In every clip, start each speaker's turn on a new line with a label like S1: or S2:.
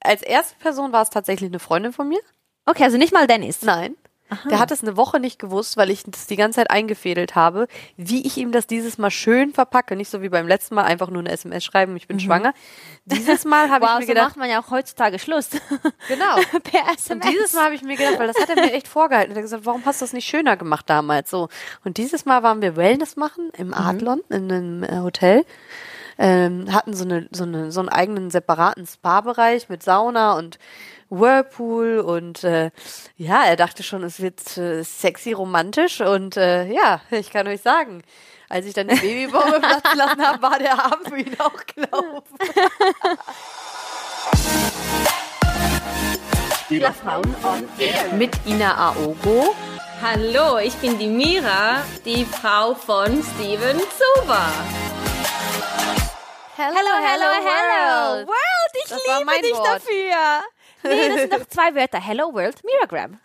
S1: als erste Person war es tatsächlich eine Freundin von mir.
S2: Okay, also nicht mal Dennis.
S1: Nein. Der hat es eine Woche nicht gewusst, weil ich das die ganze Zeit eingefädelt habe, wie ich ihm das dieses Mal schön verpacke. Nicht so wie beim letzten Mal einfach nur eine SMS schreiben, ich bin schwanger. Dieses Mal habe
S2: Mhm. Wow,
S1: ich
S2: so
S1: mir gedacht,
S2: macht man ja auch heutzutage Schluss.
S1: genau.
S2: per
S1: Und
S2: SMS.
S1: dieses Mal habe ich mir gedacht, weil das hat er mir echt vorgehalten. Und er hat gesagt, warum hast du das nicht schöner gemacht damals? So. Und dieses Mal waren wir Wellness machen im Adlon, in einem äh, Hotel. Ähm, hatten so, eine, so, eine, so einen eigenen separaten Spa-Bereich mit Sauna und Whirlpool und äh, ja, er dachte schon, es wird äh, sexy romantisch und äh, ja, ich kann euch sagen, als ich dann die Babybombe platzen lassen habe, war der Abend für ihn auch gelaufen. Mit Ina Aogo.
S3: Hallo, ich bin die Mira, die Frau von Steven Zuber.
S1: Hello,
S2: Hello, hello, hello. World, ich
S1: Das war
S2: liebe
S1: mein
S2: dich
S1: Wort.
S2: dafür. Nee, das sind doch zwei Wörter. Hello World, Miragram.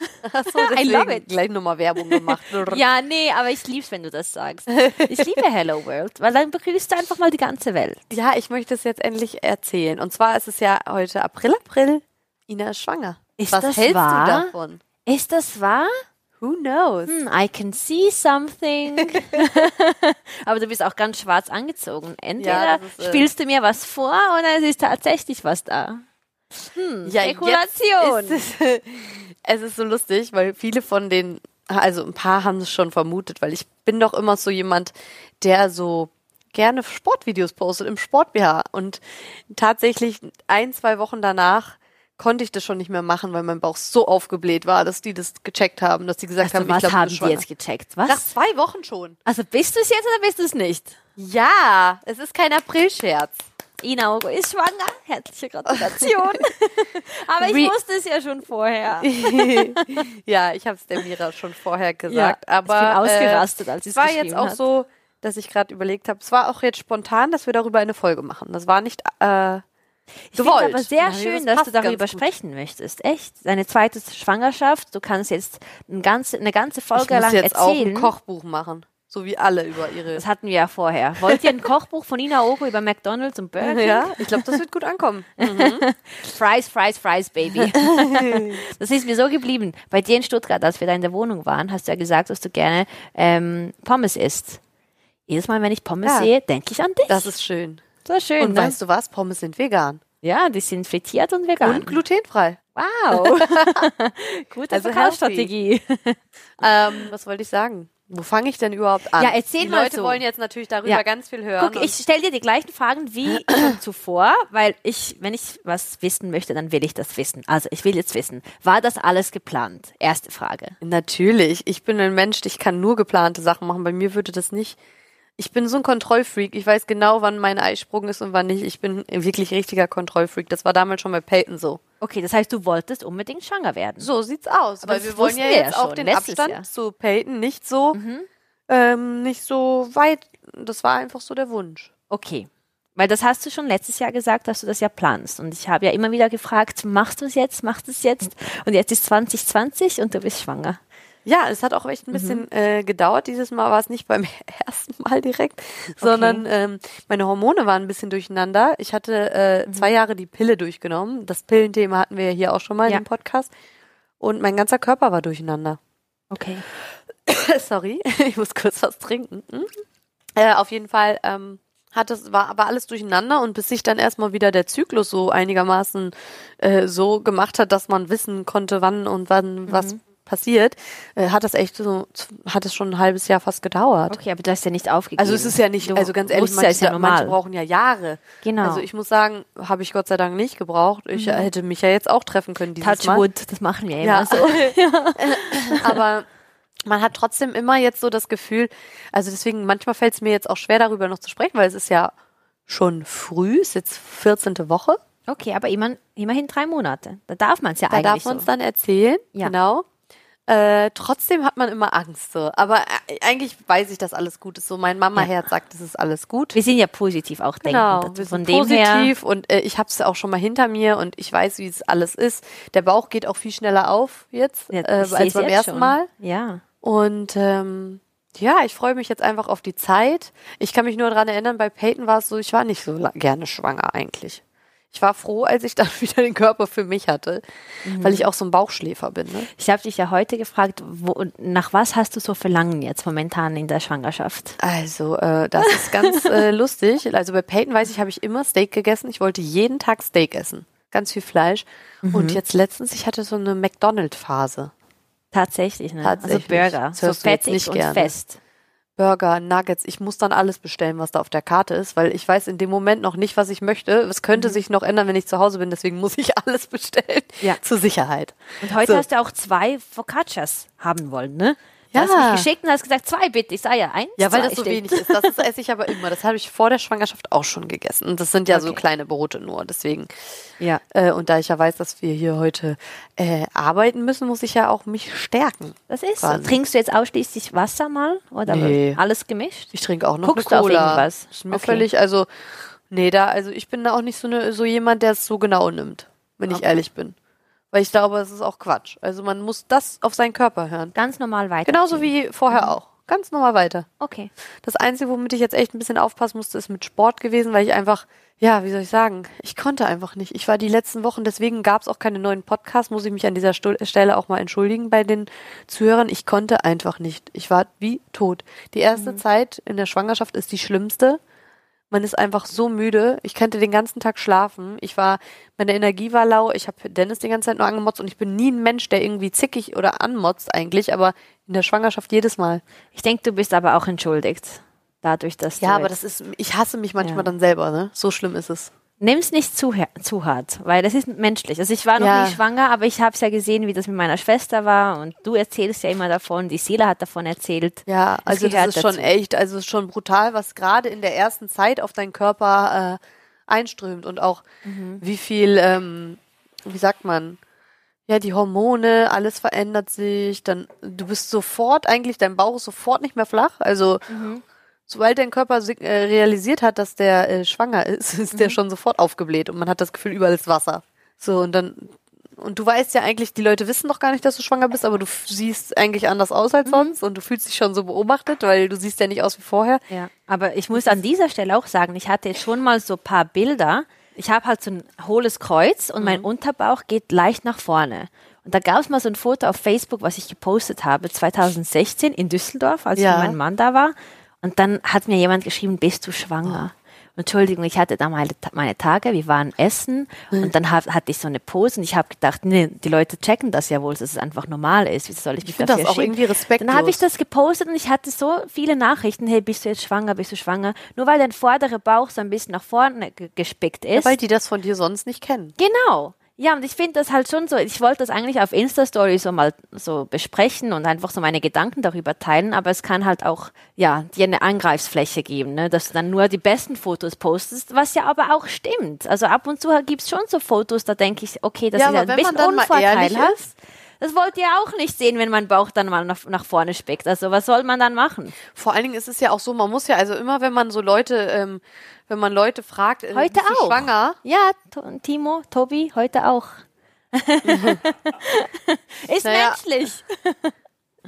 S1: So,
S2: I
S1: deswegen
S2: love it.
S1: gleich nochmal Werbung gemacht.
S2: Ja, nee, aber ich lieb's, wenn du das sagst. Ich liebe Hello World, weil dann begrüßt du einfach mal die ganze Welt.
S1: ja, ich möchte es jetzt endlich erzählen. Und zwar ist es ja heute April, April. Ina ist schwanger.
S2: Ist
S1: Was
S2: das
S1: hältst
S2: wahr?
S1: du davon?
S2: Ist das wahr?
S1: Who knows?
S2: Hm, I can see something. aber du bist auch ganz schwarz angezogen. Entweder
S1: Ja, das ist, äh,
S2: spielst du mir was vor oder es ist tatsächlich was da.
S1: Ja,
S2: Hm, Spekulation.
S1: jetzt Ist es, es ist so lustig, weil viele von den, also ein paar haben es schon vermutet, weil ich bin doch immer so jemand, der so gerne Sportvideos postet im Sport-BH. Und tatsächlich ein, zwei Wochen danach konnte ich das schon nicht mehr machen, weil mein Bauch so aufgebläht war, dass die das gecheckt haben, dass die gesagt
S2: Also,
S1: haben, ich
S2: was
S1: glaube,
S2: haben
S1: du bist
S2: die
S1: schwanger.
S2: jetzt gecheckt? Was?
S1: Nach zwei Wochen schon.
S2: also bist du es jetzt oder bist du es nicht?
S1: Ja, es ist kein April-Scherz.
S2: Ina Ogo ist schwanger. Herzliche Gratulation. Aber ich
S1: Re-
S2: wusste es ja schon vorher.
S1: ja, ich habe es der Mira schon vorher
S2: Ja,
S1: gesagt.
S2: ich bin
S1: aber äh,
S2: ausgerastet, als sie
S1: es
S2: es
S1: war
S2: geschrieben
S1: jetzt auch
S2: hat.
S1: so, dass ich gerade überlegt habe. Es war auch jetzt spontan, dass wir darüber eine Folge machen. Das war nicht äh,
S2: Ich finde
S1: gewollt.
S2: aber sehr
S1: Und dann hab ich
S2: schön,
S1: gesagt,
S2: dass du
S1: passt ganz
S2: darüber
S1: gut.
S2: sprechen möchtest. Echt. Deine zweite Schwangerschaft. Du kannst jetzt ein ganze, eine ganze
S1: Ich
S2: Folge
S1: muss
S2: lang
S1: jetzt auch ein
S2: erzählen.
S1: Kochbuch machen, so wie alle über ihre.
S2: das hatten wir ja vorher. Wollt ihr ein Kochbuch von Ina Ogo über McDonalds und Burger?
S1: ja, ich glaube, das wird gut ankommen.
S2: Fries, Fries, Fries, Baby. das ist mir so geblieben. Bei dir in Stuttgart, als wir da in der Wohnung waren, hast du ja gesagt, dass du gerne ähm, Pommes isst. Jedes Mal, wenn ich Pommes
S1: Ja.
S2: sehe, denke ich an dich.
S1: Das ist schön.
S2: so schön.
S1: Und
S2: ne?
S1: weißt du was? Pommes sind vegan
S2: ja, die sind frittiert und vegan.
S1: und glutenfrei.
S2: wow. Gute
S1: Also
S2: also Verkaufsstrategie.
S1: Ähm, was wollte ich sagen? Wo fange ich denn überhaupt an?
S2: Ja, erzähl
S1: Die
S2: mal
S1: Leute
S2: so.
S1: wollen jetzt natürlich darüber
S2: Ja.
S1: ganz viel hören.
S2: Guck,
S1: und-
S2: ich stelle dir die gleichen Fragen wie schon zuvor, weil ich, wenn ich was wissen möchte, dann will ich das wissen. Also ich will jetzt wissen, war das alles geplant? Erste Frage.
S1: Natürlich. Ich bin ein Mensch, ich kann nur geplante Sachen machen. Bei mir würde das nicht. Ich bin so ein Kontrollfreak. Ich weiß genau, wann mein Eisprung ist und wann nicht. Ich bin ein wirklich richtiger Kontrollfreak. Das war damals schon bei Peyton so.
S2: Okay, das heißt, du wolltest unbedingt schwanger werden.
S1: So sieht's aus.
S2: Aber
S1: weil
S2: das
S1: wir wollen
S2: wussten
S1: ja
S2: wir ja
S1: jetzt auch
S2: schon
S1: den
S2: letztes
S1: Abstand
S2: Jahr.
S1: zu Peyton nicht so, ähm, nicht so weit. Das war einfach so der Wunsch.
S2: Okay. Weil das hast du schon letztes Jahr gesagt, dass du das ja planst. Und ich habe ja immer wieder gefragt, machst du es jetzt, machst du es jetzt? Und jetzt ist 2020 und du bist schwanger.
S1: Ja, es hat auch echt ein bisschen äh, gedauert. Dieses Mal war es nicht beim ersten Mal direkt, sondern ähm, meine Hormone waren ein bisschen durcheinander. Ich hatte äh, zwei Jahre die Pille durchgenommen. Das Pillenthema hatten wir ja hier auch schon mal
S2: Ja.
S1: im Podcast. Und mein ganzer Körper war durcheinander.
S2: Okay.
S1: Sorry, ich muss kurz was trinken. Hm? Äh, auf jeden Fall ähm, hat es, war aber alles durcheinander und bis sich dann erstmal wieder der Zyklus so einigermaßen äh, so gemacht hat, dass man wissen konnte, wann und wann was
S2: Mhm.
S1: passiert, äh, hat das echt so, hat es schon ein halbes Jahr fast gedauert.
S2: Okay, aber du hast ja nicht aufgegeben.
S1: Also es ist ja nicht,
S2: Du
S1: also ganz ehrlich,
S2: wusstest
S1: manche,
S2: ja, ist ja
S1: manche
S2: normal.
S1: brauchen ja Jahre.
S2: Genau. Mhm.
S1: Also ich muss sagen, habe ich Gott sei Dank nicht gebraucht. Ich äh, hätte mich ja jetzt auch treffen können dieses Mal.
S2: Touchwood, das machen wir immer
S1: Ja.
S2: so.
S1: aber man hat trotzdem immer jetzt so das Gefühl, also deswegen, manchmal fällt es mir jetzt auch schwer, darüber noch zu sprechen, weil es ist ja schon früh, ist jetzt 14. Woche.
S2: Okay, aber immer, immerhin drei Monate. Da darf man es ja
S1: Da
S2: eigentlich
S1: darf man es
S2: so.
S1: dann erzählen,
S2: Ja.
S1: genau. Äh, trotzdem hat man immer Angst so. Aber äh, eigentlich weiß ich, dass alles gut ist. So mein Mama-Herz sagt, es ist alles gut.
S2: wir sind ja positiv auch
S1: Genau,
S2: denkend.
S1: wir
S2: dazu.
S1: sind
S2: Von dem her.
S1: positiv und äh, ich habe es auch schon mal hinter mir und ich weiß, wie es alles ist. Der Bauch geht auch viel schneller auf jetzt
S2: Ja, ich
S1: äh, als
S2: seh's
S1: beim
S2: jetzt
S1: ersten
S2: schon.
S1: Mal.
S2: Ja.
S1: Und ähm, ja, ich freue mich jetzt einfach auf die Zeit. Ich kann mich nur daran erinnern, bei Peyton war es so, ich war nicht so la- gerne schwanger eigentlich. Ich war froh, als ich dann wieder den Körper für mich hatte, weil ich auch so ein Bauchschläfer bin. Ne?
S2: Ich habe dich ja heute gefragt, wo, nach was hast du so Verlangen jetzt momentan in der Schwangerschaft?
S1: Also, äh, das ist ganz äh, lustig. Also bei Peyton weiß ich, habe ich immer Steak gegessen. Ich wollte jeden Tag Steak essen. Ganz viel Fleisch. Und jetzt letztens, ich hatte so eine McDonald-Phase.
S2: Tatsächlich, ne?
S1: Tatsächlich.
S2: Also Burger.
S1: Das
S2: So
S1: hörst du jetzt
S2: fettig
S1: nicht
S2: und
S1: gerne.
S2: fest.
S1: Burger, Nuggets, ich muss dann alles bestellen, was da auf der Karte ist, weil ich weiß in dem Moment noch nicht, was ich möchte. Es könnte
S2: Mhm.
S1: sich noch ändern, wenn ich zu Hause bin, deswegen muss ich alles bestellen.
S2: Ja.
S1: Zur Sicherheit.
S2: Und heute
S1: So.
S2: hast du auch zwei Focaccias haben wollen, ne? Du
S1: Ja.
S2: hast mich geschickt und hast gesagt, zwei bitte. Ich sah ja eins.
S1: Ja, weil
S2: zwei
S1: das so
S2: steht.
S1: wenig ist. Das ist, esse ich aber immer. Das habe ich vor der Schwangerschaft auch schon gegessen. Und das sind ja so
S2: Okay.
S1: kleine Brote nur. Deswegen.
S2: Ja.
S1: Äh, und da ich ja weiß, dass wir hier heute äh, arbeiten müssen, muss ich ja auch mich stärken.
S2: Das ist so.
S1: Quasi.
S2: Trinkst du jetzt ausschließlich Wasser mal? Oder
S1: Nee.
S2: alles gemischt?
S1: Ich trinke auch noch
S2: Guckst du
S1: eine
S2: auf
S1: Cola.
S2: irgendwas?
S1: Ist mir
S2: Okay.
S1: völlig, also, nee, da, also ich bin da auch nicht so, ne, so jemand, der es so genau nimmt, wenn ich ehrlich bin. Weil ich glaube, es ist auch Quatsch. Also man muss das auf seinen Körper hören.
S2: Ganz normal weiter.
S1: Genauso wie
S2: Mhm.
S1: vorher auch. Ganz normal weiter.
S2: Okay.
S1: Das Einzige, womit ich jetzt echt ein bisschen aufpassen musste, ist mit Sport gewesen, weil ich einfach, ja, wie soll ich sagen, ich konnte einfach nicht. Ich war die letzten Wochen, deswegen gab es auch keine neuen Podcasts, muss ich mich an dieser Stu- Stelle auch mal entschuldigen bei den Zuhörern. Ich konnte einfach nicht. Ich war wie tot. Die erste Zeit in der Schwangerschaft ist die schlimmste. Man ist einfach so müde. Ich könnte den ganzen Tag schlafen. Ich war, meine Energie war lau. Ich habe Dennis die ganze Zeit nur angemotzt und ich bin nie ein Mensch, der irgendwie zickig oder anmotzt eigentlich, aber in der Schwangerschaft jedes Mal.
S2: Ich denke, du bist aber auch entschuldigt. Dadurch, dass du
S1: Ja, aber
S2: jetzt-
S1: das ist, ich hasse mich manchmal
S2: Ja.
S1: dann selber, ne? So schlimm ist es.
S2: Nimm's nicht zu, her- zu hart, weil das ist menschlich. Also ich war noch
S1: Ja.
S2: nie schwanger, aber ich habe es ja gesehen, wie das mit meiner Schwester war und du erzählst ja immer davon, die Seele hat davon erzählt.
S1: Ja,
S2: Es
S1: also das
S2: gehört
S1: ist schon
S2: dazu.
S1: echt, also es ist schon brutal, was gerade in der ersten Zeit auf deinen Körper äh, einströmt und auch wie viel, ähm, wie sagt man, ja, die Hormone, alles verändert sich, dann du bist sofort eigentlich, dein Bauch ist sofort nicht mehr flach. Also sobald dein Körper sig- äh, realisiert hat, dass der äh, schwanger ist, ist
S2: Mhm.
S1: der schon sofort aufgebläht und man hat das Gefühl, überall ist Wasser. So und dann und du weißt ja eigentlich, die Leute wissen noch gar nicht, dass du schwanger bist, aber du f- siehst eigentlich anders aus
S2: Mhm.
S1: als sonst und du fühlst dich schon so beobachtet, weil du siehst ja nicht aus wie vorher.
S2: Ja, aber ich muss an dieser Stelle auch sagen, ich hatte jetzt schon mal so ein paar Bilder. Ich habe halt so ein hohles Kreuz und
S1: Mhm.
S2: mein Unterbauch geht leicht nach vorne. Und da gab es mal so ein Foto auf Facebook, was ich gepostet habe, 2016 in Düsseldorf, als
S1: Ja.
S2: ich mit meinem Mann da war. Und dann hat mir jemand geschrieben, bist du
S1: Oh.
S2: schwanger? Entschuldigung, ich hatte da meine, meine Tage, wir waren essen und dann hab, hatte ich so eine Pose und ich habe gedacht, nee, die Leute checken das ja wohl, dass es einfach normal ist. Wie soll ich mich
S1: find
S2: dafür
S1: das auch
S2: schämen?
S1: irgendwie
S2: Dann habe ich
S1: respektlos.
S2: das gepostet und ich hatte so viele Nachrichten, hey, bist du jetzt schwanger, bist du schwanger? Nur weil dein vorderer Bauch so ein bisschen nach vorne ge- gespickt ist.
S1: Weil die das von dir sonst nicht kennen.
S2: genau. Ja, und ich finde das halt schon so, ich wollte das eigentlich auf Insta-Story so mal so besprechen und einfach so meine Gedanken darüber teilen, aber es kann halt auch, ja, dir eine Angreifsfläche geben, ne, dass du dann nur die besten Fotos postest, was ja aber auch stimmt. Also ab und zu gibt's schon so Fotos, da denke ich, okay, das
S1: Ja,
S2: ist ja
S1: aber
S2: ein
S1: wenn
S2: bisschen
S1: man dann mal
S2: Unvorteil
S1: ehrlich
S2: hat.
S1: ist-
S2: Das wollt ihr auch nicht sehen, wenn mein Bauch dann mal nach, nach vorne spickt. Also was soll man dann machen?
S1: Vor allen Dingen ist es ja auch so, man muss ja, also immer wenn man so Leute, ähm, wenn man Leute fragt, äh,
S2: Heute
S1: bist du
S2: auch.
S1: schwanger?
S2: Ja, To- Timo, Tobi, heute auch. ist
S1: Naja.
S2: menschlich.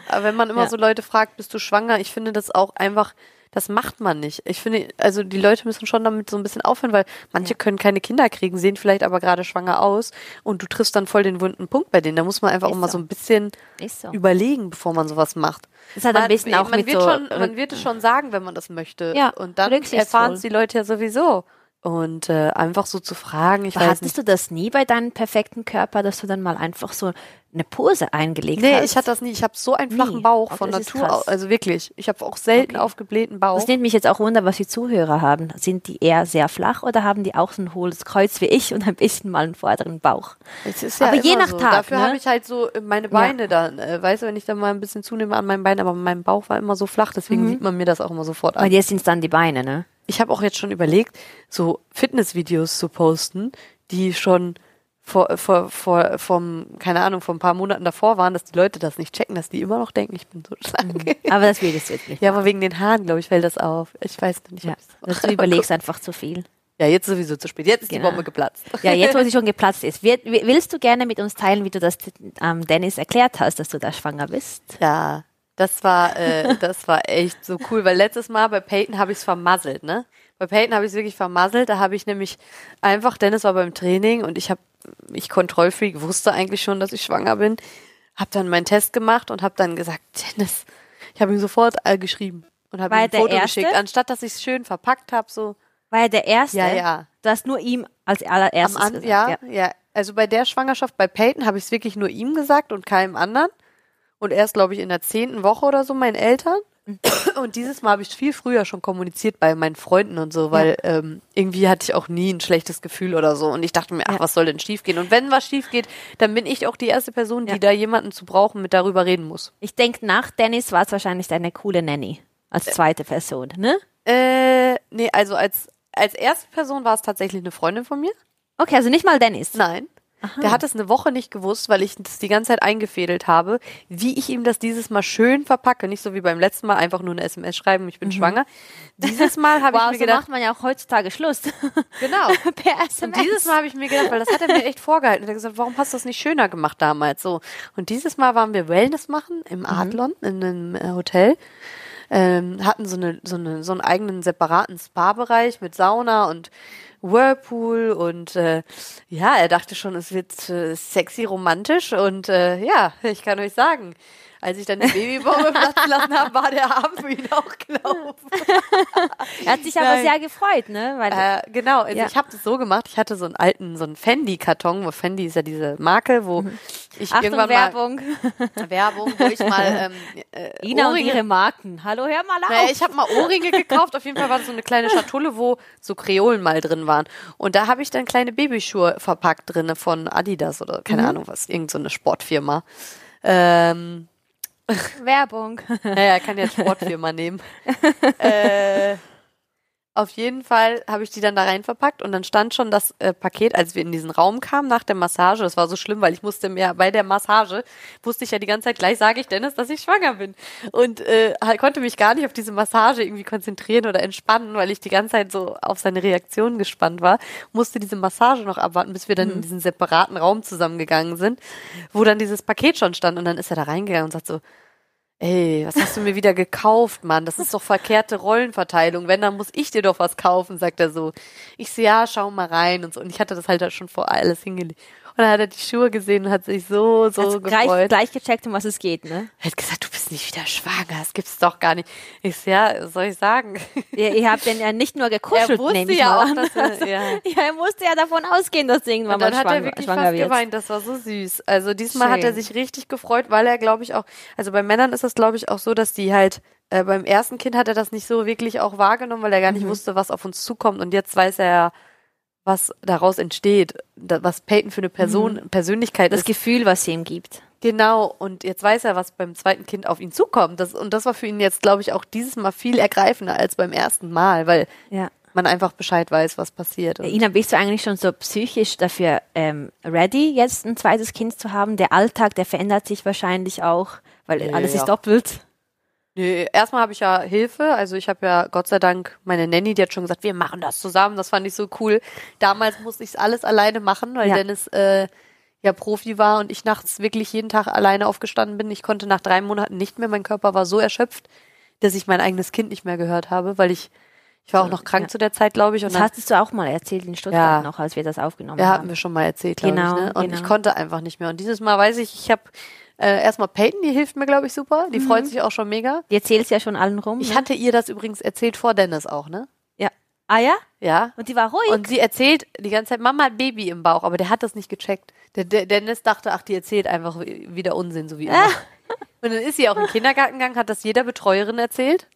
S1: Aber wenn man immer
S2: Ja.
S1: so Leute fragt, bist du schwanger? Ich finde das auch einfach, das macht man nicht. Ich finde, also die Leute müssen schon damit so ein bisschen aufhören, weil manche können keine Kinder kriegen, sehen vielleicht aber gerade schwanger aus und du triffst dann voll den wunden Punkt bei denen. Da muss man einfach
S2: Ist
S1: auch mal
S2: so.
S1: so ein bisschen
S2: Ist so.
S1: überlegen, bevor man sowas macht.
S2: Das hat ein bisschen auch
S1: man
S2: mit
S1: wird
S2: so-
S1: schon, Man wird es schon sagen, wenn man das möchte.
S2: Ja,
S1: und dann
S2: rücksichtsvoll.
S1: erfahren es die Leute ja sowieso. Und äh, einfach so zu fragen, ich
S2: Aber
S1: weiß nicht.
S2: hattest du das nie bei deinem perfekten Körper, dass du dann mal einfach so eine Pose eingelegt hast?
S1: Nee, ich hatte das nie. Ich habe so einen flachen
S2: Nie.
S1: Bauch
S2: Oh,
S1: von
S2: das ist
S1: Natur aus.
S2: krass.
S1: Also wirklich. Ich habe auch selten aufgeblähten Bauch.
S2: Das nimmt mich jetzt auch wunder, was die Zuhörer haben. Sind die eher sehr flach oder haben die auch so ein hohles Kreuz wie ich und ein bisschen mal einen vorderen Bauch?
S1: Es ist
S2: Aber je
S1: immer
S2: nach
S1: so.
S2: Tag,
S1: Dafür
S2: ne?
S1: habe ich halt so äh, meine Beine dann. Äh, weißt du, wenn ich dann mal ein bisschen zunehme an meinen Beinen, aber mein Bauch war immer so flach,
S2: Mhm.
S1: deswegen sieht man mir das auch immer sofort
S2: Bei
S1: an.
S2: dir sind es dann die Beine, ne?
S1: Ich habe auch jetzt schon überlegt, so Fitnessvideos zu posten, die schon vor, äh, vor, vor, vom, keine Ahnung, vor ein paar Monaten davor waren, dass die Leute das nicht checken, dass die immer noch denken, ich bin so schlank.
S2: Aber das willst du jetzt nicht.
S1: Ja, aber wegen den Haaren, glaube ich, fällt das auf. Ich weiß noch nicht.
S2: Ja,
S1: ob ich's-
S2: dass du überlegst einfach zu viel.
S1: ja, jetzt sowieso zu spät. Jetzt ist
S2: Genau.
S1: die Bombe geplatzt.
S2: Ja, jetzt, wo sie schon geplatzt ist. Wir, wi- willst du gerne mit uns teilen, wie du das ähm, Dennis erklärt hast, dass du da schwanger bist?
S1: Ja, das war, äh, das war echt so cool, weil letztes Mal bei Peyton habe ich es vermasselt, ne? Bei Bei Peyton habe ich es wirklich vermasselt. Da habe ich nämlich einfach, Dennis war beim Training und ich habe, ich Kontrollfreak, wusste eigentlich schon, dass ich schwanger bin. Habe dann meinen Test gemacht und habe dann gesagt, Dennis, ich habe ihm sofort äh, geschrieben und habe ihm
S2: War
S1: ein
S2: der
S1: Foto
S2: Erste?
S1: geschickt, anstatt dass ich es schön verpackt habe, so.
S2: War er der Erste?
S1: Ja, ja.
S2: Du hast nur ihm als allererstes
S1: Am An
S2: gesagt.
S1: ja, ja, Also bei der Schwangerschaft bei Peyton habe ich es wirklich nur ihm gesagt und keinem anderen. Und erst, glaube ich, in der zehnten Woche oder so meinen Eltern. Und dieses Mal habe ich viel früher schon kommuniziert bei meinen Freunden und so, weil ähm, irgendwie hatte ich auch nie ein schlechtes Gefühl oder so. Und ich dachte mir, ach,
S2: Ja.
S1: was soll denn schief gehen? Und wenn was schief geht, dann bin ich auch die erste Person, die
S2: Ja.
S1: da jemanden zu brauchen, mit darüber reden muss.
S2: Ich denke, nach Dennis war es wahrscheinlich deine coole Nanny als zweite Person, ne?
S1: Äh, nee, also als, als erste Person war es tatsächlich eine Freundin von mir.
S2: Okay, also nicht mal Dennis.
S1: Nein. Der hat es eine Woche nicht gewusst, weil ich das die ganze Zeit eingefädelt habe, wie ich ihm das dieses Mal schön verpacke. Nicht so wie beim letzten Mal einfach nur eine SMS schreiben, ich bin schwanger. Dieses Mal habe
S2: Mhm. Wow,
S1: ich mir
S2: so
S1: gedacht,
S2: macht man ja auch heutzutage Schluss.
S1: genau.
S2: per SMS.
S1: Und dieses Mal habe ich mir gedacht, weil das hat er mir echt vorgehalten. Er hat gesagt, warum hast du das nicht schöner gemacht damals? So. Und dieses Mal waren wir Wellness machen im Adlon, in einem äh, Hotel. Ähm, hatten so, eine, so, eine, so einen eigenen separaten Spa-Bereich mit Sauna und Whirlpool und äh, ja, er dachte schon, es wird äh, sexy romantisch und äh, ja, ich kann euch sagen, als ich dann die Babybombe platzen lassen habe, war der Abend für ihn auch gelaufen.
S2: er hat sich aber
S1: Nein.
S2: sehr gefreut, ne? Weil
S1: Äh, genau, also
S2: Ja.
S1: ich habe das so gemacht, ich hatte so einen alten, so einen Fendi-Karton, wo Fendi ist ja diese Marke, wo ich
S2: Mhm. Achtung,
S1: irgendwann
S2: Werbung.
S1: mal Werbung, wo ich mal ähm, äh,
S2: Ina und
S1: Ohrringe,
S2: ihre Marken. Hallo, hör mal auf.
S1: naja, ich habe mal Ohrringe gekauft, auf jeden Fall war das so eine kleine Schatulle, wo so Kreolen mal drin waren und da habe ich dann kleine Babyschuhe verpackt drinne von Adidas oder keine
S2: Mhm.
S1: Ahnung was, irgend so eine Sportfirma. Ähm,
S2: Werbung.
S1: Naja, kann ja Sportfirma nehmen. äh, auf jeden Fall habe ich die dann da rein verpackt und dann stand schon das äh, Paket, als wir in diesen Raum kamen nach der Massage. Das war so schlimm, weil ich musste mir bei der Massage, wusste ich ja die ganze Zeit, gleich sage ich Dennis, dass ich schwanger bin. Und äh, halt konnte mich gar nicht auf diese Massage irgendwie konzentrieren oder entspannen, weil ich die ganze Zeit so auf seine Reaktion gespannt war. Musste diese Massage noch abwarten, bis wir dann in diesen separaten Raum zusammengegangen sind, wo dann dieses Paket schon stand. Und dann ist er da reingegangen und sagt so, Ey, was hast du mir wieder gekauft, Mann? Das ist doch verkehrte Rollenverteilung. Wenn, dann muss ich dir doch was kaufen, sagt er so. Ich so, ja, schau mal rein und so. Und ich hatte das halt da schon vor alles hingelegt. Und dann hat er die Schuhe gesehen und hat sich so, so
S2: Also gleich,
S1: gefreut.
S2: gleich gecheckt, um was es geht, ne?
S1: Er hat gesagt, du bist nicht wieder schwanger, das gibt's doch gar nicht. Ich so, ja, was soll ich sagen?
S2: Ihr, ihr habt den ja nicht nur gekuschelt,
S1: Er wusste
S2: nehm ich
S1: ja
S2: mal
S1: auch,
S2: an.
S1: dass er, ja.
S2: Ja, er musste ja davon ausgehen, dass du irgendwann
S1: Und dann
S2: mal
S1: hat
S2: schwanger,
S1: er wirklich
S2: schwanger
S1: fast
S2: wird.
S1: geweint. Das war so süß. Also diesmal hat er
S2: Schön.
S1: sich richtig gefreut, weil er, glaube ich, auch, also bei Männern ist das, glaube ich, auch so, dass die halt äh, beim ersten Kind hat er das nicht so wirklich auch wahrgenommen, weil er gar nicht wusste, was auf uns zukommt. Und jetzt weiß er, ja, was daraus entsteht, da, was Peyton für eine Person, Persönlichkeit
S2: Das
S1: ist.
S2: Gefühl, was sie ihm gibt.
S1: Genau, und jetzt weiß er, was beim zweiten Kind auf ihn zukommt. Das, und das war für ihn jetzt, glaube ich, auch dieses Mal viel ergreifender als beim ersten Mal, weil
S2: Ja.
S1: man einfach Bescheid weiß, was passiert. Und
S2: Äh, Ina, bist du eigentlich schon so psychisch dafür ähm, ready, jetzt ein zweites Kind zu haben? Der Alltag, der verändert sich wahrscheinlich auch, weil
S1: Ja,
S2: alles
S1: ja.
S2: ist doppelt.
S1: Nee, erstmal habe ich ja Hilfe. Also ich habe ja Gott sei Dank meine Nanny, die hat schon gesagt, wir machen das zusammen. Das fand ich so cool. Damals musste ich es alles alleine machen, weil
S2: Ja.
S1: Dennis äh, ja Profi war und ich nachts wirklich jeden Tag alleine aufgestanden bin. Ich konnte nach drei Monaten nicht mehr, mein Körper war so erschöpft, dass ich mein eigenes Kind nicht mehr gehört habe, weil ich, ich war auch noch krank
S2: ja.
S1: zu der Zeit, glaube ich. Und
S2: Das
S1: dann,
S2: hattest du auch mal erzählt in Stuttgart
S1: Ja.
S2: noch, als wir das aufgenommen
S1: ja, hatten
S2: haben.
S1: wir schon mal erzählt, glaube
S2: Genau,
S1: ich. Ne? Und ich
S2: genau.
S1: konnte einfach nicht mehr. Und dieses Mal weiß ich, ich habe äh, erstmal Peyton, die hilft mir, glaube ich, super.
S2: Mhm.
S1: Die freut sich auch schon mega.
S2: Die erzählst ja schon allen rum.
S1: Ich
S2: ne?
S1: hatte ihr das übrigens erzählt vor Dennis auch, ne?
S2: ja. Ah ja?
S1: Ja.
S2: Und die war ruhig.
S1: Und sie erzählt die ganze Zeit, Mama hat Baby im Bauch, aber der hat das nicht gecheckt. Der, der Dennis dachte, ach, die erzählt einfach wieder Unsinn, so wie immer. Und dann ist sie auch in den Kindergarten gegangen, hat das jeder Betreuerin erzählt.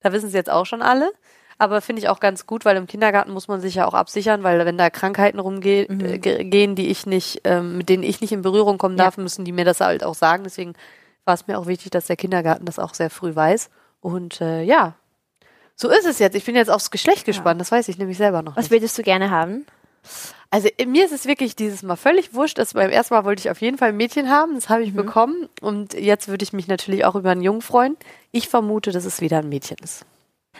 S1: Da wissen sie jetzt auch schon alle. Aber finde ich auch ganz gut, weil im Kindergarten muss man sich ja auch absichern, weil wenn da Krankheiten rumgehen, äh, ge- gehen, die ich nicht, ähm, mit denen ich nicht in Berührung kommen darf, müssen die mir das halt auch sagen. Deswegen war es mir auch wichtig, dass der Kindergarten das auch sehr früh weiß. Und äh, ja, so ist es jetzt. Ich bin jetzt aufs Geschlecht gespannt. Das weiß ich nämlich selber noch.
S2: was würdest du gerne haben?
S1: Also äh, mir ist es wirklich dieses Mal völlig wurscht. Das beim ersten Mal wollte ich auf jeden Fall ein Mädchen haben, das habe ich bekommen und jetzt würde ich mich natürlich auch über einen Jungen freuen. Ich vermute, dass es wieder ein Mädchen ist.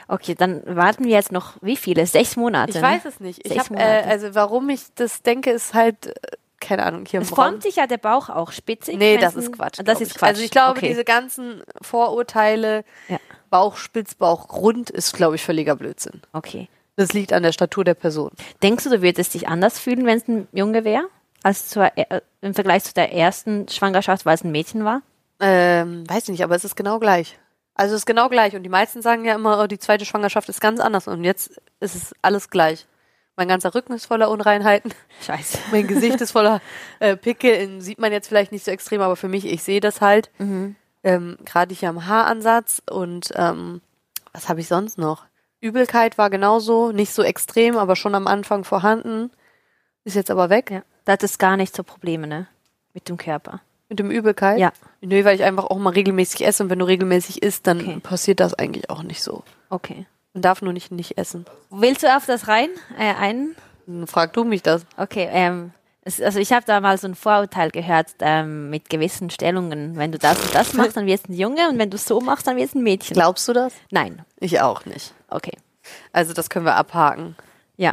S2: Okay, dann warten wir jetzt noch wie viele? Sechs Monate.
S1: Ich weiß
S2: ne?
S1: es nicht. Ich
S2: Sechs
S1: hab, äh,
S2: Monate.
S1: also warum ich das denke, ist halt äh, keine Ahnung hier
S2: Es
S1: im Raum.
S2: formt sich ja der Bauch auch spitzig.
S1: Nee,
S2: wenn's
S1: das
S2: ein-
S1: ist Quatsch.
S2: Das
S1: glaub
S2: ist
S1: ich.
S2: Quatsch.
S1: Also ich glaube,
S2: okay.
S1: diese ganzen Vorurteile,
S2: Ja.
S1: Bauch spitz, Bauch rund, ist glaube ich völliger Blödsinn.
S2: Okay.
S1: Das liegt an der Statur der Person.
S2: Denkst du, du würdest dich anders fühlen, wenn es ein Junge wäre, als zur, äh, im Vergleich zu der ersten Schwangerschaft, weil es ein Mädchen war?
S1: Ähm, weiß nicht, aber es ist genau gleich. Also es ist genau gleich. Und die meisten sagen ja immer, oh, die zweite Schwangerschaft ist ganz anders. Und jetzt ist es alles gleich. Mein ganzer Rücken ist voller Unreinheiten.
S2: Scheiße.
S1: Mein Gesicht ist voller äh, Pickeln. Sieht man jetzt vielleicht nicht so extrem, aber für mich, ich sehe das halt. Ähm, Gerade hier am Haaransatz. Und ähm, was habe ich sonst noch? Übelkeit war genauso, nicht so extrem, aber schon am Anfang vorhanden. Ist jetzt aber weg.
S2: Ja. Das ist gar nicht so Probleme, ne? Mit dem Körper.
S1: Mit dem Übelkeit?
S2: Ja.
S1: Nö, weil ich einfach auch mal regelmäßig esse und wenn du regelmäßig isst, dann
S2: Okay.
S1: passiert das eigentlich auch nicht so.
S2: Okay.
S1: Man darf nur nicht nicht essen.
S2: Willst du auf das rein? Äh, ein?
S1: Dann Frag du mich das.
S2: Okay, ähm, es, also ich habe da mal so ein Vorurteil gehört ähm, mit gewissen Stellungen. Wenn du das und das machst, dann wirst du ein Junge und wenn du so machst, dann wirst du ein Mädchen.
S1: Glaubst du das?
S2: Nein.
S1: Ich auch nicht.
S2: Okay.
S1: Also das können wir abhaken.
S2: Ja.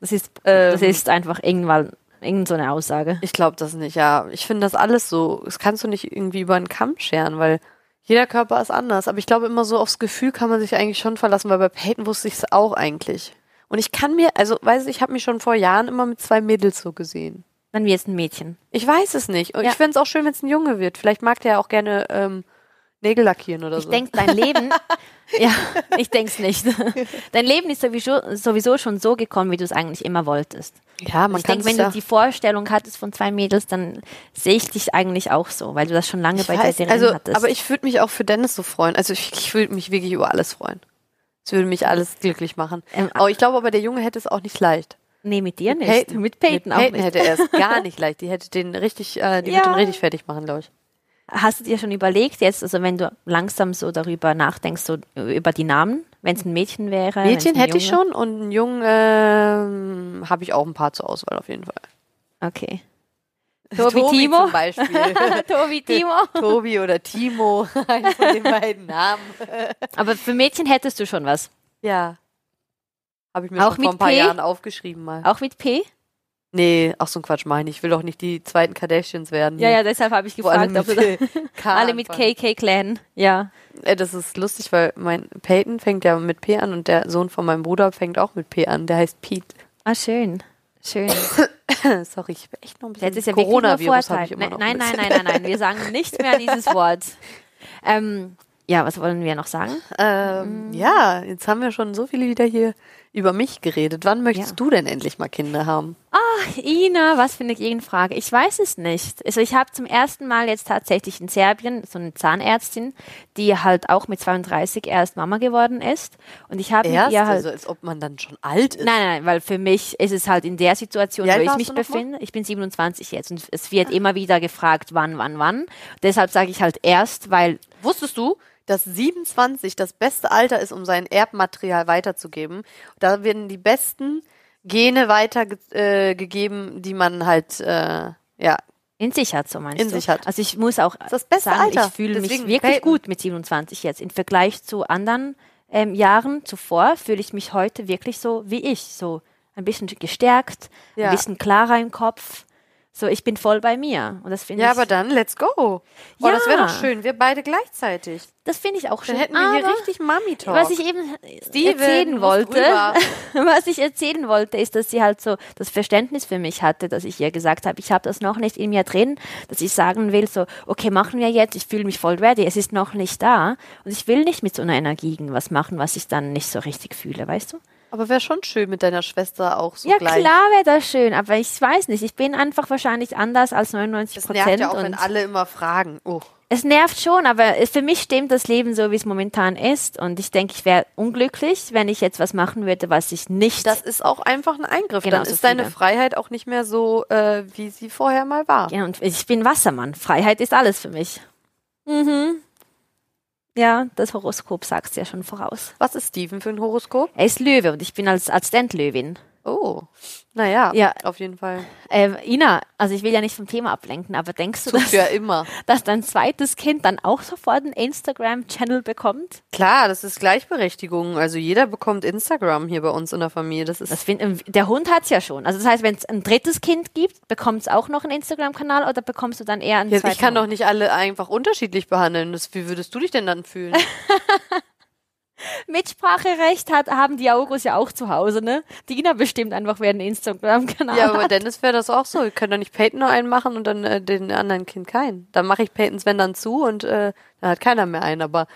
S2: Das ist,
S1: Ähm.
S2: das ist einfach irgendwann irgend so eine Aussage.
S1: Ich glaube das nicht, ja. Ich finde das alles so, das kannst du nicht irgendwie über einen Kamm scheren, weil jeder Körper ist anders. Aber ich glaube immer so aufs Gefühl kann man sich eigentlich schon verlassen, weil bei Peyton wusste ich es auch eigentlich. Und ich kann mir, also weiß ich, ich habe mich schon vor Jahren immer mit zwei Mädels so gesehen.
S2: Dann wirst du ein Mädchen.
S1: Ich weiß es nicht. Und
S2: Ja.
S1: ich fände es auch schön, wenn es ein Junge wird. Vielleicht mag der ja auch gerne ähm, Nägel lackieren oder
S2: Ich
S1: so.
S2: denk, dein Leben, ja, ich denk's nicht. Dein Leben ist sowieso, sowieso schon so gekommen, wie du es eigentlich immer wolltest.
S1: ja, man
S2: ich
S1: kann
S2: denke, wenn
S1: ja,
S2: du die Vorstellung hattest von zwei Mädels, dann sehe ich dich eigentlich auch so, weil du das schon lange
S1: ich
S2: bei
S1: weiß,
S2: der Serie
S1: also,
S2: hattest.
S1: aber ich würde mich auch für Dennis so freuen. Also ich, ich würde mich wirklich über alles freuen. Es würde mich alles glücklich machen.
S2: Ähm,
S1: aber ich glaube, aber der Junge hätte es auch nicht leicht.
S2: nee, mit dir nicht.
S1: Peyton-
S2: mit Peyton auch nicht.
S1: hätte er es gar nicht leicht. Die hätte den richtig, äh, die
S2: Ja.
S1: wird den richtig fertig machen, glaube ich.
S2: Hast du dir schon überlegt jetzt, also wenn du langsam so darüber nachdenkst, so über die Namen, wenn es ein Mädchen wäre? wenn's
S1: Mädchen
S2: ein
S1: hätte ich
S2: Äh, Junge-
S1: schon und einen Jungen ähm, habe ich auch ein paar zur Auswahl auf jeden Fall.
S2: Okay. Tobi, Timo?
S1: zum Beispiel.
S2: Tobi, Timo.
S1: Tobi oder Timo, einen von den beiden Namen.
S2: Aber für Mädchen hättest du schon was.
S1: Ja. Habe ich mir
S2: Auch
S1: schon vor ein
S2: mit
S1: paar
S2: P?
S1: Jahren aufgeschrieben mal.
S2: Auch mit P?
S1: Nee, ach so ein Quatsch meine ich. Ich will doch nicht die zweiten Kardashians werden.
S2: Ja, ja, deshalb habe ich
S1: Wo alle
S2: gefragt, ob
S1: mit,
S2: du da,
S1: K
S2: alle mit
S1: anfangen.
S2: KK-Clan. Ja.
S1: Äh, Das ist lustig, weil mein Peyton fängt ja mit P an und der Sohn von meinem Bruder fängt auch mit P an. Der heißt Pete.
S2: Ah, schön. Schön.
S1: Sorry, ich bin echt noch ein bisschen.
S2: Jetzt ist ja
S1: Coronavirus
S2: Coronavirus
S1: habe
S2: wirklich
S1: ich
S2: nur
S1: immer
S2: Vorteil.
S1: noch.
S2: Nein,
S1: ein
S2: nein, nein, nein, nein, wir sagen nicht mehr dieses Wort. Ähm, ja, was wollen wir noch sagen?
S1: bisschen.
S2: Mhm.
S1: Ähm, ja, jetzt haben wir schon so viele wieder hier über mich geredet. Wann möchtest
S2: Ja.
S1: du denn endlich mal Kinder haben?
S2: Ina, was für eine Gegenfrage? Ich weiß es nicht. Also ich habe zum ersten Mal jetzt tatsächlich in Serbien so eine Zahnärztin, die halt auch mit 32 erst Mama geworden ist. Und ich habe mit
S1: Erst,
S2: ihr halt...
S1: also als ob man dann schon alt ist.
S2: Nein, nein, weil für mich ist es halt in der Situation,
S1: Wie alt
S2: wo ich
S1: warst
S2: mich
S1: du noch mal?
S2: befinde. Ich bin 27 jetzt und es wird immer wieder gefragt, wann, wann, wann. Deshalb sage ich halt erst, weil
S1: Wusstest du, dass 27 das beste Alter ist, um sein Erbmaterial weiterzugeben? Da werden die besten Gene weitergegeben, äh, gegeben, die man halt, äh, ja.
S2: in sich hat, so meinst
S1: In
S2: du?
S1: sich hat.
S2: Also ich muss auch
S1: das beste
S2: sagen,
S1: Alter.
S2: ich fühle mich
S1: Deswegen
S2: wirklich
S1: Welpen.
S2: gut mit 27 jetzt. Im Vergleich zu anderen ähm, Jahren zuvor fühle ich mich heute wirklich so wie ich. So ein bisschen gestärkt,
S1: Ja.
S2: ein bisschen klarer im Kopf. So, ich bin voll bei mir. Und das finde
S1: Ja,
S2: ich,
S1: aber dann, let's go. Boah,
S2: Ja.
S1: das wäre doch schön, wir beide gleichzeitig.
S2: das finde ich auch schön.
S1: Dann hätten wir hier
S2: aber-
S1: richtig Mami-Talk.
S2: Was ich eben äh,
S1: Steven,
S2: erzählen
S1: musst
S2: wollte,
S1: rüber.
S2: was ich erzählen wollte, ist, dass sie halt so das Verständnis für mich hatte, dass ich ihr gesagt habe, ich habe das noch nicht in mir drin, dass ich sagen will, so, okay, machen wir jetzt, ich fühle mich voll ready, es ist noch nicht da und ich will nicht mit so einer Energie irgendwas machen, was ich dann nicht so richtig fühle, weißt du?
S1: Aber wäre schon schön mit deiner Schwester auch so
S2: ja,
S1: gleich.
S2: klar wäre das schön, aber ich weiß nicht, ich bin einfach wahrscheinlich anders als 99
S1: Das
S2: Prozent.
S1: nervt ja auch, wenn alle immer fragen. Oh.
S2: Es nervt schon, aber es- für mich stimmt das Leben so, wie es momentan ist. Und ich denke, ich wäre unglücklich, wenn ich jetzt was machen würde, was ich nicht.
S1: Das ist auch einfach ein Eingriff.
S2: Genau,
S1: Dann
S2: so
S1: ist deine
S2: viele.
S1: Freiheit auch nicht mehr so, äh, wie sie vorher mal war.
S2: ja, und ich bin Wassermann. Freiheit ist alles für mich. Mhm. Ja, das Horoskop sagt es ja schon voraus.
S1: Was ist Steven für ein Horoskop?
S2: Er ist Löwe und ich bin als Assistent Löwin.
S1: Oh. Naja, ja.
S2: Ja.
S1: auf jeden Fall.
S2: Ähm, Ina, also ich will ja nicht vom Thema ablenken, aber denkst du,
S1: Tut
S2: dass,
S1: ja immer.
S2: dass dein zweites Kind dann auch sofort einen Instagram-Channel bekommt?
S1: Klar, das ist Gleichberechtigung. Also jeder bekommt Instagram hier bei uns in der Familie. Das ist
S2: Das find, ähm, der Hund hat's ja schon. Also das heißt, wenn es ein drittes Kind gibt, bekommt's auch noch einen Instagram-Kanal oder bekommst du dann eher einen
S1: Ja,
S2: zweiten?
S1: ich kann doch
S2: Hund?
S1: nicht alle einfach unterschiedlich behandeln. Das, wie würdest du dich denn dann fühlen?
S2: Mitspracherecht hat, haben die August ja auch zu Hause, ne? Dina bestimmt einfach, wer einen Instagram-Kanal
S1: Ja,
S2: hat.
S1: aber Dennis wäre das auch so. Ihr könnt doch nicht Peyton nur einen machen und dann äh, den anderen Kind keinen. Dann mache ich Peytons wenn dann zu und äh, dann hat keiner mehr einen. Aber,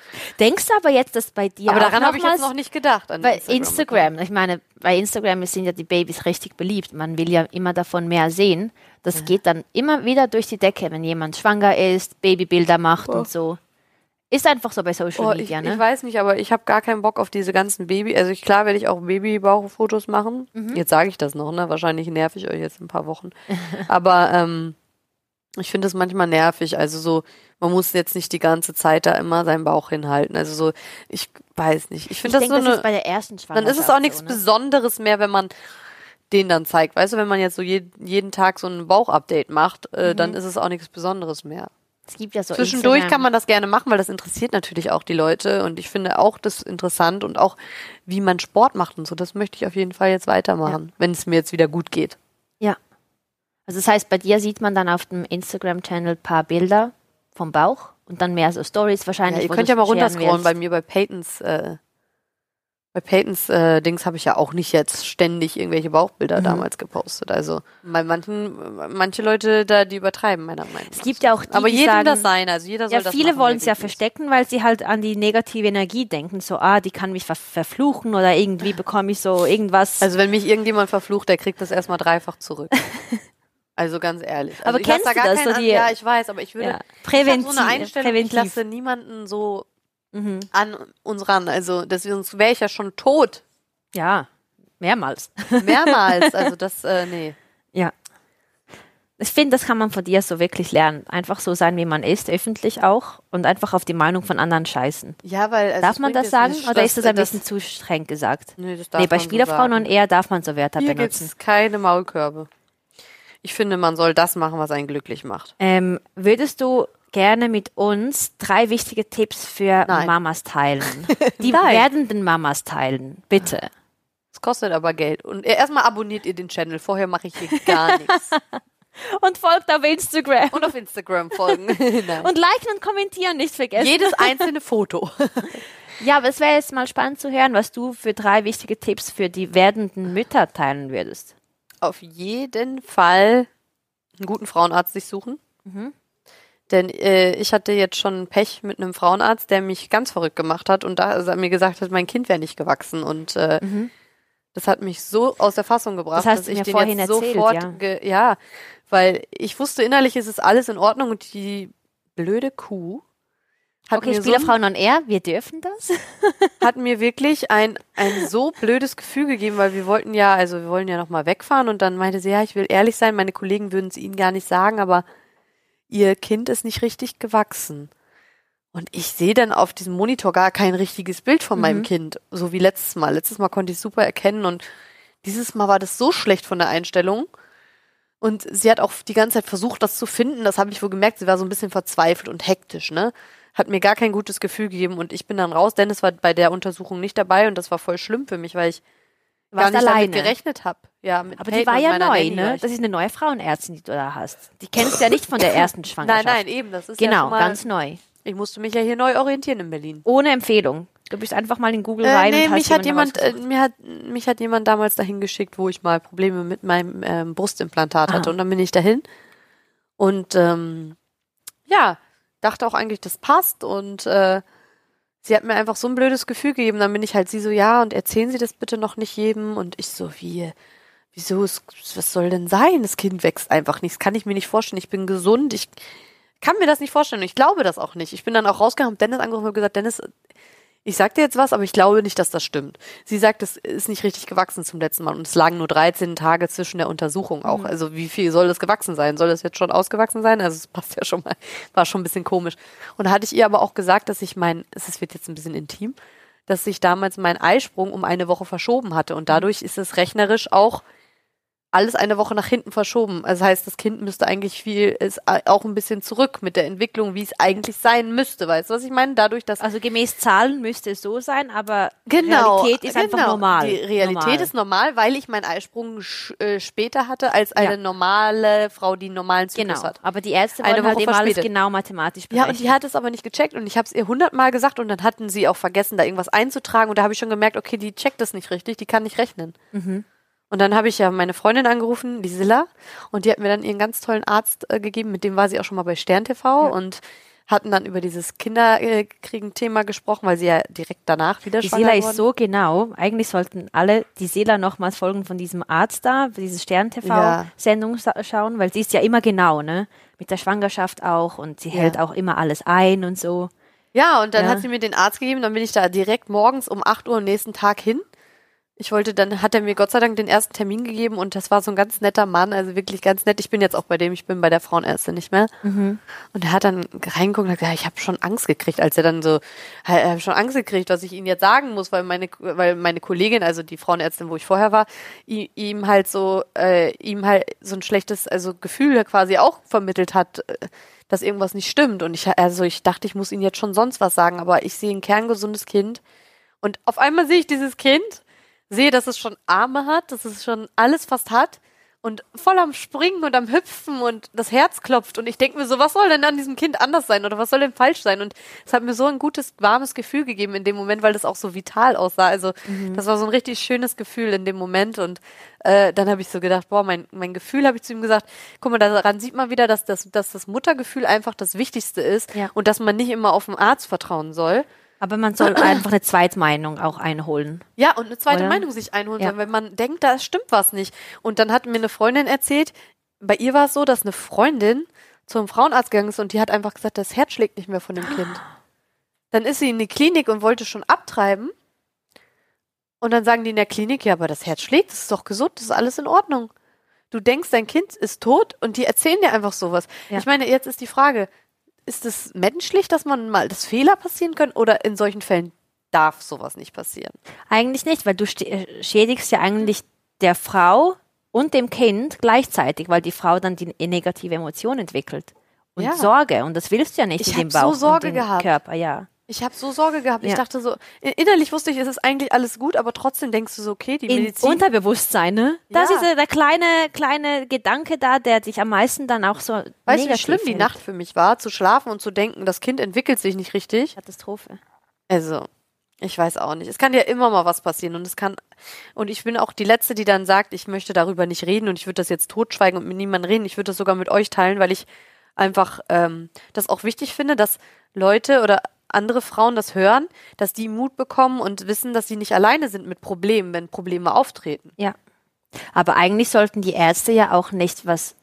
S2: Denkst du aber jetzt, dass bei dir
S1: aber
S2: auch
S1: daran habe ich jetzt
S2: nochmals-
S1: noch nicht gedacht. An
S2: Bei Instagram, ich meine, bei Instagram sind ja die Babys richtig beliebt. Man will ja immer davon mehr sehen. Das geht dann immer wieder durch die Decke, wenn jemand schwanger ist, Babybilder macht und so. Ist einfach so bei Social
S1: Oh, ich,
S2: Media, ne?
S1: ich weiß nicht, aber ich habe gar keinen Bock auf diese ganzen Baby. Also ich, klar werde ich auch Babybauchfotos machen.
S2: Mhm.
S1: Jetzt sage ich das noch, ne? Wahrscheinlich nerv ich euch jetzt in ein paar Wochen. aber ähm, ich finde es manchmal nervig. Also so, man muss jetzt nicht die ganze Zeit da immer seinen Bauch hinhalten. Also so, ich weiß nicht. Ich
S2: Ich
S1: finde das
S2: denk,
S1: so eine.
S2: ist bei der ersten Schwangerschaft
S1: dann ist es auch nichts
S2: so, ne?
S1: Besonderes mehr, wenn man den dann zeigt. Weißt du, wenn man jetzt so je, jeden Tag so ein Bauchupdate macht, äh, dann ist es auch nichts Besonderes mehr.
S2: Es gibt ja Mhm. so
S1: Zwischendurch
S2: Instagram-
S1: kann man das gerne machen, weil das interessiert natürlich auch die Leute und ich finde auch das interessant und auch wie man Sport macht und so. Das möchte ich auf jeden Fall jetzt weitermachen, wenn es mir jetzt wieder gut geht.
S2: Ja. Also das heißt, bei dir sieht man dann auf dem Instagram-Channel ein paar Bilder vom Bauch und dann mehr so Stories
S1: Ja,
S2: wahrscheinlich.
S1: ihr
S2: wo
S1: könnt
S2: du
S1: ja mal
S2: scheren
S1: runterscrollen.
S2: willst.
S1: Bei mir bei Peytons, äh, bei Peytons äh, Dings habe ich ja auch nicht jetzt ständig irgendwelche
S2: Mhm.
S1: Bauchbilder damals gepostet. Also bei manchen, manche Leute da, die übertreiben meiner Meinung nach.
S2: Es gibt ja auch die,
S1: Aber
S2: die
S1: jedem
S2: sagen,
S1: das sein. Also jeder soll
S2: Ja,
S1: das
S2: viele
S1: machen,
S2: wollen es
S1: wer
S2: ja
S1: glücklich ist.
S2: verstecken, weil sie halt an die negative Energie denken. So, ah, die kann mich ver verfluchen oder irgendwie bekomme ich so irgendwas.
S1: Also wenn mich irgendjemand verflucht, der kriegt das erstmal dreifach zurück. Also ganz ehrlich. Also
S2: Aber
S1: ich lass
S2: kennst
S1: da
S2: du
S1: gar
S2: das,
S1: keinen
S2: so
S1: an-
S2: die-
S1: ja, ich weiß, aber ich würde
S2: ja.
S1: ich hab
S2: Präventiv.
S1: so eine Einstellung, ich
S2: präventiv.
S1: lasse niemanden so
S2: mhm.
S1: an uns ran. Also deswegen wäre ich ja schon tot
S2: Ja, mehrmals.
S1: mehrmals. Also das äh, nee.
S2: Ja. Ich finde, das kann man von dir so wirklich lernen. Einfach so sein, wie man ist, öffentlich auch und einfach auf die Meinung von anderen scheißen.
S1: Ja, weil also
S2: Darf
S1: es
S2: man
S1: bringt
S2: das
S1: jetzt
S2: sagen
S1: nichts,
S2: oder ist das ein
S1: dass-
S2: bisschen zu streng gesagt?
S1: Nee, das darf
S2: Nee, bei
S1: man so
S2: Spielerfrauen
S1: sagen.
S2: und eher darf man so Wörter
S1: Hier
S2: benutzen.
S1: gibt's keine Maulkörbe. Ich finde, man soll das machen, was einen glücklich macht.
S2: Ähm, würdest du gerne mit uns drei wichtige Tipps für
S1: Nein.
S2: Mamas teilen? Die
S1: Nein.
S2: werdenden Mamas teilen, bitte.
S1: Es kostet aber Geld. Und äh, erstmal abonniert ihr den Channel. Vorher mache ich hier gar nichts.
S2: Und folgt auf Instagram.
S1: Und auf Instagram folgen. Nein.
S2: Und liken und kommentieren nicht vergessen.
S1: Jedes einzelne Foto.
S2: ja, aber es wäre jetzt mal spannend zu hören, was du für drei wichtige Tipps für die werdenden Mütter teilen würdest.
S1: Auf jeden Fall einen guten Frauenarzt sich suchen.
S2: Mhm.
S1: Denn äh, ich hatte jetzt schon Pech mit einem Frauenarzt, der mich ganz verrückt gemacht hat und da also mir gesagt hat, mein Kind wäre nicht gewachsen. Und äh, das hat mich so aus der Fassung gebracht,
S2: Mhm. Das hast
S1: dass
S2: du
S1: ich
S2: mir
S1: den
S2: vorhin
S1: jetzt
S2: erzählt,
S1: sofort,
S2: ja.
S1: Ge ja, weil ich wusste innerlich, ist es alles in Ordnung und die blöde Kuh hat
S2: Okay,
S1: mir so einen
S2: Spielerfrauen on Air, wir dürfen das.
S1: hat mir wirklich ein, ein so blödes Gefühl gegeben, weil wir wollten ja, also wir wollen ja nochmal wegfahren und dann meinte sie, ja, ich will ehrlich sein, meine Kollegen würden es ihnen gar nicht sagen, aber ihr Kind ist nicht richtig gewachsen. Und ich sehe dann auf diesem Monitor gar kein richtiges Bild von
S2: Mhm.
S1: meinem Kind, so wie letztes Mal. Letztes Mal konnte ich es super erkennen und dieses Mal war das so schlecht von der Einstellung. Und sie hat auch die ganze Zeit versucht, das zu finden. Das habe ich wohl gemerkt. Sie war so ein bisschen verzweifelt und hektisch, ne? Hat mir gar kein gutes Gefühl gegeben und ich bin dann raus. Dennis war bei der Untersuchung nicht dabei und das war voll schlimm für mich, weil ich
S2: Du warst
S1: gar nicht
S2: alleine.
S1: damit gerechnet habe. Ja, mit
S2: aber die
S1: Peyton
S2: war
S1: und
S2: ja
S1: meiner
S2: neu,
S1: Nanny war
S2: ne?
S1: ich-
S2: Das ist eine neue Frauenärztin, die du da hast. Die kennst du ja nicht von der ersten
S1: Nein,
S2: Schwangerschaft.
S1: nein, eben. Das ist ja
S2: Genau,
S1: schon mal,
S2: ganz neu.
S1: Ich musste mich ja hier neu orientieren in Berlin.
S2: Ohne Empfehlung. Du bist einfach mal in Google
S1: Äh,
S2: rein
S1: nee,
S2: und hast
S1: mich hat jemand, äh,
S2: rausgesucht.
S1: mir hat, mich hat jemand damals dahin geschickt, wo ich mal Probleme mit meinem ähm, Brustimplantat hatte.
S2: Ah.
S1: Und dann bin ich dahin. Und ähm, ja, dachte auch eigentlich, das passt. Und äh, sie hat mir einfach so ein blödes Gefühl gegeben. Dann bin ich halt sie so, ja, und erzählen Sie das bitte noch nicht jedem. Und ich so, wie, wieso, es- was soll denn sein? Das Kind wächst einfach nicht. Das kann ich mir nicht vorstellen. Ich bin gesund. Ich kann mir das nicht vorstellen. Und ich glaube das auch nicht. Ich bin dann auch rausgegangen, hab Dennis angerufen und hab gesagt, Dennis, ich sag dir jetzt was, aber ich glaube nicht, dass das stimmt. Sie sagt, es ist nicht richtig gewachsen zum letzten Mal und es lagen nur 13 Tage zwischen der Untersuchung auch. Also wie viel soll das gewachsen sein? Soll das jetzt schon ausgewachsen sein? Also es passt ja schon mal, war schon ein bisschen komisch. Und da hatte ich ihr aber auch gesagt, dass ich mein, es es wird jetzt ein bisschen intim, dass ich damals meinen Eisprung um eine Woche verschoben hatte und dadurch ist es rechnerisch auch alles eine Woche nach hinten verschoben. Also heißt, das Kind müsste eigentlich viel, ist äh, auch ein bisschen zurück mit der Entwicklung, wie es eigentlich sein müsste. Weißt du, was ich meine? Dadurch, dass
S2: Also gemäß Zahlen müsste es so sein,
S1: äh,
S2: aber
S1: Genau.
S2: Realität ist einfach
S1: genau.
S2: normal.
S1: Die Realität
S2: normal.
S1: ist normal, weil ich meinen Eisprung sch, äh, später hatte als eine
S2: Ja.
S1: normale Frau, die einen normalen Zyklus
S2: Genau,
S1: hat.
S2: aber die Ärzte
S1: Eine
S2: wollen halt
S1: Woche
S2: eben alles
S1: verspätet.
S2: genau mathematisch
S1: Ja,
S2: berechnen.
S1: und die hat es aber nicht gecheckt und ich habe es ihr hundertmal gesagt und dann hatten sie auch vergessen, da irgendwas einzutragen und da habe ich schon gemerkt, okay, die checkt das nicht richtig, die kann nicht rechnen.
S2: Mhm.
S1: Und dann habe ich ja meine Freundin angerufen, die Silla, und die hat mir dann ihren ganz tollen Arzt äh, gegeben, mit dem war sie auch schon mal bei Stern TV und hatten dann über dieses Kinderkriegen-Thema gesprochen, weil sie ja direkt danach wieder
S2: Die
S1: schwanger
S2: Sela ist
S1: wurden.
S2: so genau. Eigentlich sollten alle die Sela nochmals Folgen von diesem Arzt da, diese
S1: Ja.
S2: Stern-TV-Sendung sa- schauen, weil sie ist ja immer genau, ne? Mit der Schwangerschaft auch und sie hält auch immer alles ein und so.
S1: Ja, und dann
S2: Ja.
S1: hat sie mir den Arzt gegeben, dann bin ich da direkt morgens um 8 Uhr am nächsten Tag hin. Ich wollte, dann hat er mir Gott sei Dank den ersten Termin gegeben und das war so ein ganz netter Mann, also wirklich ganz nett. Ich bin jetzt auch bei dem, ich bin bei der Frauenärztin nicht mehr. Und er hat dann reingeguckt und hat gesagt, ja, ich habe schon Angst gekriegt, als er dann so, ich habe schon Angst gekriegt, was ich Ihnen jetzt sagen muss, weil meine, weil meine Kollegin, also die Frauenärztin, wo ich vorher war, i- ihm halt so, äh, ihm halt so ein schlechtes, also Gefühl quasi auch vermittelt hat, äh, dass irgendwas nicht stimmt. Und ich, also ich dachte, ich muss Ihnen jetzt schon sonst was sagen, aber ich sehe ein kerngesundes Kind und auf einmal sehe ich dieses Kind, sehe, dass es schon Arme hat, dass es schon alles fast hat und voll am Springen und am Hüpfen und das Herz klopft. Und ich denke mir so, was soll denn an diesem Kind anders sein oder was soll denn falsch sein? Und es hat mir so ein gutes, warmes Gefühl gegeben in dem Moment, weil das auch so vital aussah. Also das war so ein richtig schönes Gefühl in dem Moment. Und äh, dann habe ich so gedacht, boah, mein, mein Gefühl, habe ich zu ihm gesagt, guck mal, daran sieht man wieder, dass das, dass das Muttergefühl einfach das Wichtigste ist
S2: Ja.
S1: und dass man nicht immer auf den Arzt vertrauen soll.
S2: Aber man soll einfach eine Zweitmeinung auch einholen.
S1: Ja, und eine zweite
S2: Oder?
S1: Meinung sich einholen,
S2: Ja.
S1: soll, wenn man denkt, da stimmt was nicht. Und dann hat mir eine Freundin erzählt, bei ihr war es so, dass eine Freundin zum Frauenarzt gegangen ist und die hat einfach gesagt, das Herz schlägt nicht mehr von dem Kind. Dann ist sie in die Klinik und wollte schon abtreiben. Und dann sagen die in der Klinik, ja, aber das Herz schlägt, das ist doch gesund, das ist alles in Ordnung. Du denkst, dein Kind ist tot und die erzählen dir einfach sowas.
S2: Ja.
S1: Ich meine, jetzt ist die Frage, ist es menschlich, dass man mal, dass Fehler passieren können oder in solchen Fällen darf sowas nicht passieren?
S2: Eigentlich nicht, weil du ste- äh, schädigst ja eigentlich der Frau und dem Kind gleichzeitig, weil die Frau dann die negative Emotion entwickelt. Und
S1: Ja.
S2: Sorge. Und das willst du ja nicht
S1: Ich
S2: in dem
S1: hab so
S2: Bauch
S1: Sorge
S2: und im
S1: gehabt.
S2: Körper, ja.
S1: Ich habe so Sorge gehabt. Ich
S2: Ja.
S1: dachte so, in- innerlich wusste ich, es ist eigentlich alles gut, aber trotzdem denkst du so, okay, die
S2: in
S1: Medizin.
S2: Unterbewusstsein, ne?
S1: Ja.
S2: Das ist ja der kleine, kleine Gedanke da, der dich am meisten dann auch so
S1: weißt du, wie
S2: negativ
S1: schlimm die
S2: hält.
S1: Nacht für mich war, zu schlafen und zu denken, das Kind entwickelt sich nicht richtig?
S2: Katastrophe.
S1: Also, ich weiß auch nicht. Es kann ja immer mal was passieren und es kann. Und ich bin auch die Letzte, die dann sagt, ich möchte darüber nicht reden und ich würde das jetzt totschweigen und mit niemandem reden. Ich würde das sogar mit euch teilen, weil ich einfach ähm, das auch wichtig finde, dass Leute oder andere Frauen das hören, dass die Mut bekommen und wissen, dass sie nicht alleine sind mit Problemen, wenn Probleme auftreten.
S2: Ja. Aber eigentlich sollten die Ärzte ja auch nicht was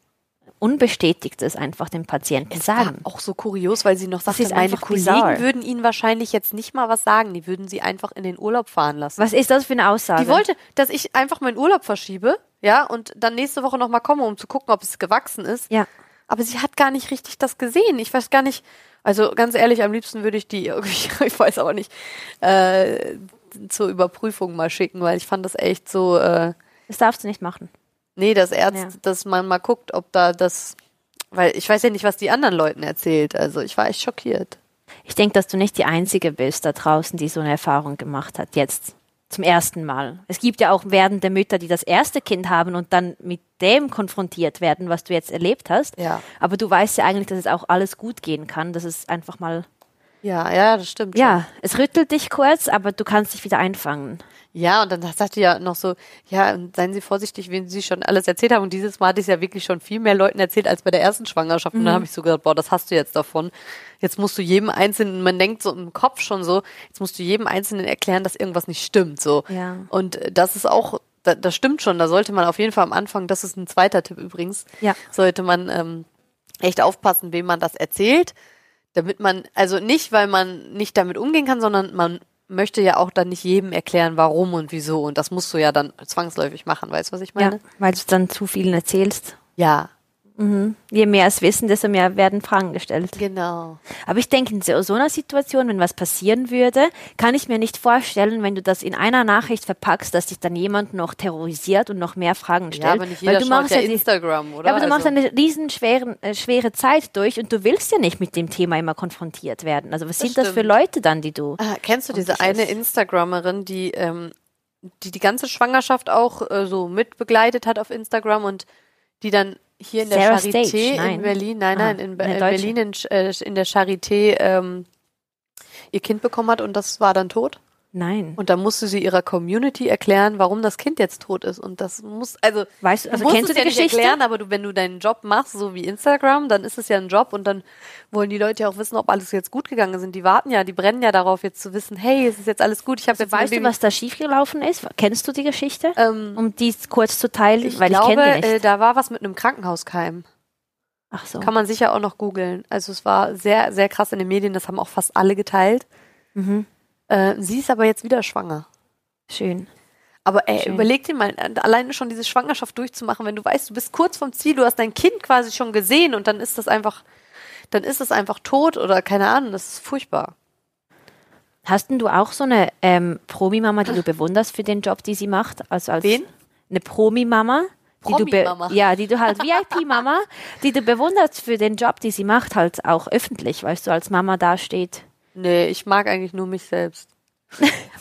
S2: Unbestätigtes einfach dem Patienten sagen.
S1: Ah, Auch so kurios, weil sie noch sagte,
S2: Hm. ist
S1: meine
S2: einfach
S1: Kollegen
S2: bizarr.
S1: würden ihnen wahrscheinlich jetzt nicht mal was sagen. Die würden sie einfach in den Urlaub fahren lassen.
S2: Was ist das für eine Aussage?
S1: Die wollte, dass ich einfach meinen Urlaub verschiebe, ja, und dann nächste Woche nochmal komme, um zu gucken, ob es gewachsen ist.
S2: ja.
S1: Aber sie hat gar nicht richtig das gesehen. Ich weiß gar nicht, also ganz ehrlich, am liebsten würde ich die, ich weiß auch nicht, äh, zur Überprüfung mal schicken, weil ich fand das echt so, äh,
S2: Das darfst du nicht machen.
S1: Nee, das Ärzte,
S2: Ja.
S1: dass man mal guckt, ob da das. Weil ich weiß ja nicht, was die anderen Leuten erzählt. Also ich war echt schockiert.
S2: Ich denke, dass du nicht die Einzige bist da draußen, die so eine Erfahrung gemacht hat, jetzt zum ersten Mal. Es gibt ja auch werdende Mütter, die das erste Kind haben und dann mit dem konfrontiert werden, was du jetzt erlebt hast.
S1: Ja.
S2: Aber du weißt ja eigentlich, dass es auch alles gut gehen kann, dass es einfach mal,
S1: Ja, ja, das stimmt. schon.
S2: ja, es rüttelt dich kurz, aber du kannst dich wieder einfangen.
S1: Ja, und dann sagt die ja noch so, ja, und seien Sie vorsichtig, wen Sie schon alles erzählt haben. Und dieses Mal hatte ich es ja wirklich schon viel mehr Leuten erzählt als bei der ersten Schwangerschaft. Und dann
S2: Mhm.
S1: habe ich so gedacht, boah, das hast du jetzt davon. Jetzt musst du jedem Einzelnen, man denkt so im Kopf schon so, jetzt musst du jedem Einzelnen erklären, dass irgendwas nicht stimmt. So.
S2: Ja.
S1: Und äh, das ist auch, da, das stimmt schon. Da sollte man auf jeden Fall am Anfang, das ist ein zweiter Tipp übrigens,
S2: Ja.
S1: sollte man ähm, echt aufpassen, wem man das erzählt. Damit man, also nicht, weil man nicht damit umgehen kann, sondern man möchte ja auch dann nicht jedem erklären, warum und wieso. Und das musst du ja dann zwangsläufig machen, weißt du, was ich
S2: Ja,
S1: meine?
S2: weil du dann zu vielen erzählst.
S1: Ja.
S2: Je mehr es wissen, desto mehr werden Fragen gestellt.
S1: Genau.
S2: Aber ich denke, in so so einer Situation, wenn was passieren würde, kann ich mir nicht vorstellen, wenn du das in einer Nachricht verpackst, dass dich dann jemand noch terrorisiert und noch mehr Fragen stellt.
S1: Ja, aber nicht jeder
S2: du
S1: schaut
S2: machst
S1: ja
S2: die-
S1: Instagram, oder?
S2: Ja, aber du machst
S1: Also-
S2: eine riesen schweren, äh, schwere Zeit durch und du willst ja nicht mit dem Thema immer konfrontiert werden. Also was sind das für
S1: stimmt.
S2: Leute dann, die du...
S1: Ah, kennst du diese
S2: ich
S1: eine
S2: es-
S1: Instagrammerin, die, ähm, die die ganze Schwangerschaft auch äh, so mitbegleitet hat auf Instagram und die dann hier in der
S2: Sarah
S1: Charité
S2: Stage, nein.
S1: in Berlin, nein,
S2: Ah,
S1: nein, in, Be
S2: eine
S1: in
S2: Deutsche.
S1: Berlin in, Sch- äh, in der Charité ähm, ihr Kind bekommen hat und das war dann tot?
S2: Nein.
S1: Und dann musste sie ihrer Community erklären, warum das Kind jetzt tot ist. Und das muss, also,
S2: Weißt du-
S1: du
S2: also
S1: musst
S2: kennst
S1: es
S2: du die
S1: ja nicht
S2: Geschichte?
S1: erklären, aber du, wenn du deinen Job machst, so wie Instagram, dann ist es ja ein Job und dann wollen die Leute ja auch wissen, ob alles jetzt gut gegangen sind. Die warten ja, die brennen ja darauf, jetzt zu wissen, hey, es ist jetzt alles gut, ich habe jetzt mein
S2: Also Weißt du,
S1: Baby.
S2: was da schiefgelaufen ist? Kennst du die Geschichte?
S1: Ähm,
S2: um die kurz zu teilen,
S1: ich
S2: weil
S1: glaube,
S2: ich kenne die
S1: äh,
S2: nicht. Oh.
S1: da war was mit einem Krankenhauskeim.
S2: Ach so.
S1: Kann man sicher auch noch googeln. Also es war sehr, sehr krass in den Medien, das haben auch fast alle geteilt.
S2: Mhm.
S1: Äh, sie ist aber jetzt wieder schwanger.
S2: Schön.
S1: Aber ey,
S2: Schön.
S1: überleg dir mal, äh, alleine schon diese Schwangerschaft durchzumachen, wenn du weißt, du bist kurz vom Ziel, du hast dein Kind quasi schon gesehen und dann ist das einfach, dann ist es einfach tot oder keine Ahnung, das ist furchtbar.
S2: Hast denn du auch so eine ähm, Promi-Mama, die du bewunderst für den Job, die sie macht? Also als
S1: Wen?
S2: Eine Promi-Mama. die du be-
S1: Promi-Mama.
S2: Ja, die du halt VIP-Mama, die du bewunderst für den Job, die sie macht, halt auch öffentlich, weißt du, als Mama dasteht.
S1: Nee, ich mag eigentlich nur mich selbst.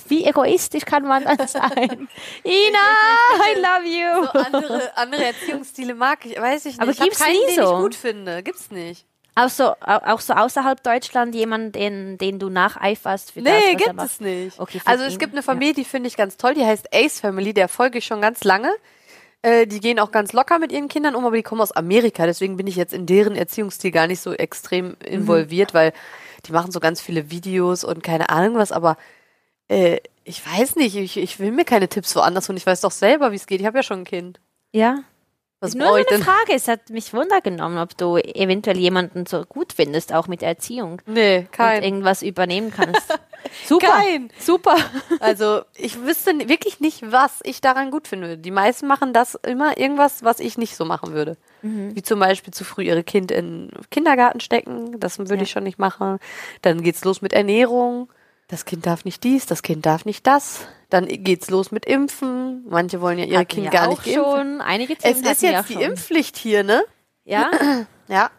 S2: Wie egoistisch kann man dann sein? Ina, I love you.
S1: andere, andere Erziehungsstile mag ich, weiß ich nicht.
S2: Aber
S1: ich hab
S2: gibt's
S1: keinen,
S2: nie
S1: den
S2: so.
S1: ich gut finde. Gibt's nicht.
S2: Auch so, au- auch so außerhalb Deutschland jemanden, den, den du nacheiferst für das,
S1: Nee,
S2: was er
S1: gibt
S2: macht.
S1: es nicht.
S2: Okay, für
S1: also es
S2: ihn,
S1: gibt
S2: ja.
S1: eine Familie, die finde ich ganz toll, die heißt Ace Family, der folge ich schon ganz lange. Äh, die gehen auch ganz locker mit ihren Kindern um, aber die kommen aus Amerika, deswegen bin ich jetzt in deren Erziehungsstil gar nicht so
S2: Mhm.
S1: extrem involviert, weil die machen so ganz viele Videos und keine Ahnung was, aber äh, ich weiß nicht, ich, ich will mir keine Tipps woanders und ich weiß doch selber, wie es geht. Ich habe ja schon ein Kind.
S2: Ja.
S1: Was
S2: Nur so
S1: brauche
S2: eine
S1: ich denn?
S2: Frage, es hat mich Wunder genommen, ob du eventuell jemanden so gut findest, auch mit der Erziehung.
S1: Nee,
S2: Und
S1: kein.
S2: irgendwas übernehmen kannst. Super.
S1: Kein. Super. Also ich wüsste n- wirklich nicht, was ich daran gut finde. Die meisten machen das immer irgendwas, was ich nicht so machen würde.
S2: Mhm.
S1: Wie zum Beispiel zu früh ihre Kind in Kindergarten stecken. Das würde
S2: Ja.
S1: ich schon nicht machen. Dann geht's los mit Ernährung. Das Kind darf nicht dies, das Kind darf nicht das. Dann geht's los mit Impfen. Manche wollen ja ihre
S2: Hatten
S1: Kinder
S2: wir
S1: gar
S2: auch
S1: nicht geimpft.
S2: schon. Einige
S1: Es
S2: Themen
S1: ist
S2: hatten wir
S1: jetzt
S2: auch
S1: die
S2: schon.
S1: Impfpflicht hier, ne?
S2: Ja,
S1: Ja.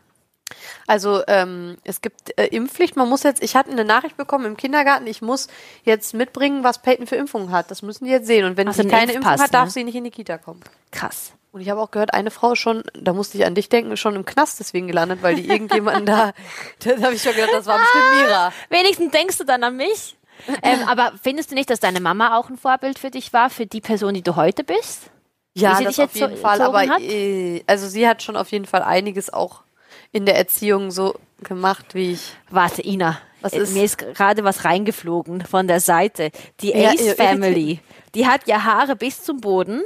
S1: Also ähm, es gibt äh, Impfpflicht. Man muss jetzt, ich hatte eine Nachricht bekommen im Kindergarten, ich muss jetzt mitbringen, was Peyton für Impfungen hat. Das müssen die jetzt sehen. Und wenn
S2: Also
S1: sie
S2: einen
S1: keine
S2: Impfpass,
S1: Impfung hat, darf
S2: ne?
S1: sie nicht in die Kita kommen.
S2: krass.
S1: Und ich habe auch gehört, eine Frau ist schon, da musste ich an dich denken, ist schon im Knast deswegen gelandet, weil die irgendjemanden da, da habe ich schon gedacht, das war bestimmt Mira.
S2: Wenigstens denkst du dann an mich. ähm, aber findest du nicht, dass deine Mama auch ein Vorbild für dich war, für die Person, die du heute bist?
S1: Ja,
S2: sie
S1: das
S2: dich jetzt
S1: auf jeden
S2: so
S1: Fall.
S2: erzogen
S1: Aber
S2: hat?
S1: äh, also sie hat schon auf jeden Fall einiges auch in der Erziehung so gemacht, wie ich.
S2: Warte, Ina,
S1: Was
S2: äh,
S1: ist?
S2: mir ist gerade was reingeflogen von der Seite. Die
S1: Ja,
S2: Ace
S1: ihr-
S2: Family, die hat ja Haare bis zum Boden,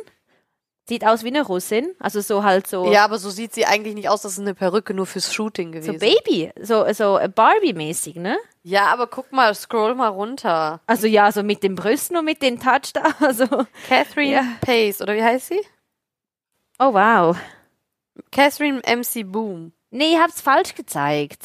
S2: sieht aus wie eine Russin, also so halt so
S1: Ja, aber so sieht sie eigentlich nicht aus. Das ist eine Perücke nur fürs Shooting
S2: so
S1: gewesen.
S2: Baby, so so Barbie mäßig, ne?
S1: Ja, aber guck mal, scroll mal runter.
S2: Also ja, so mit den Brüsten und mit den Touch da, also
S1: Catherine
S2: Ja.
S1: Pace, oder wie heißt sie?
S2: oh wow.
S1: Catherine MC Boom.
S2: Nee, ihr habt's falsch gezeigt.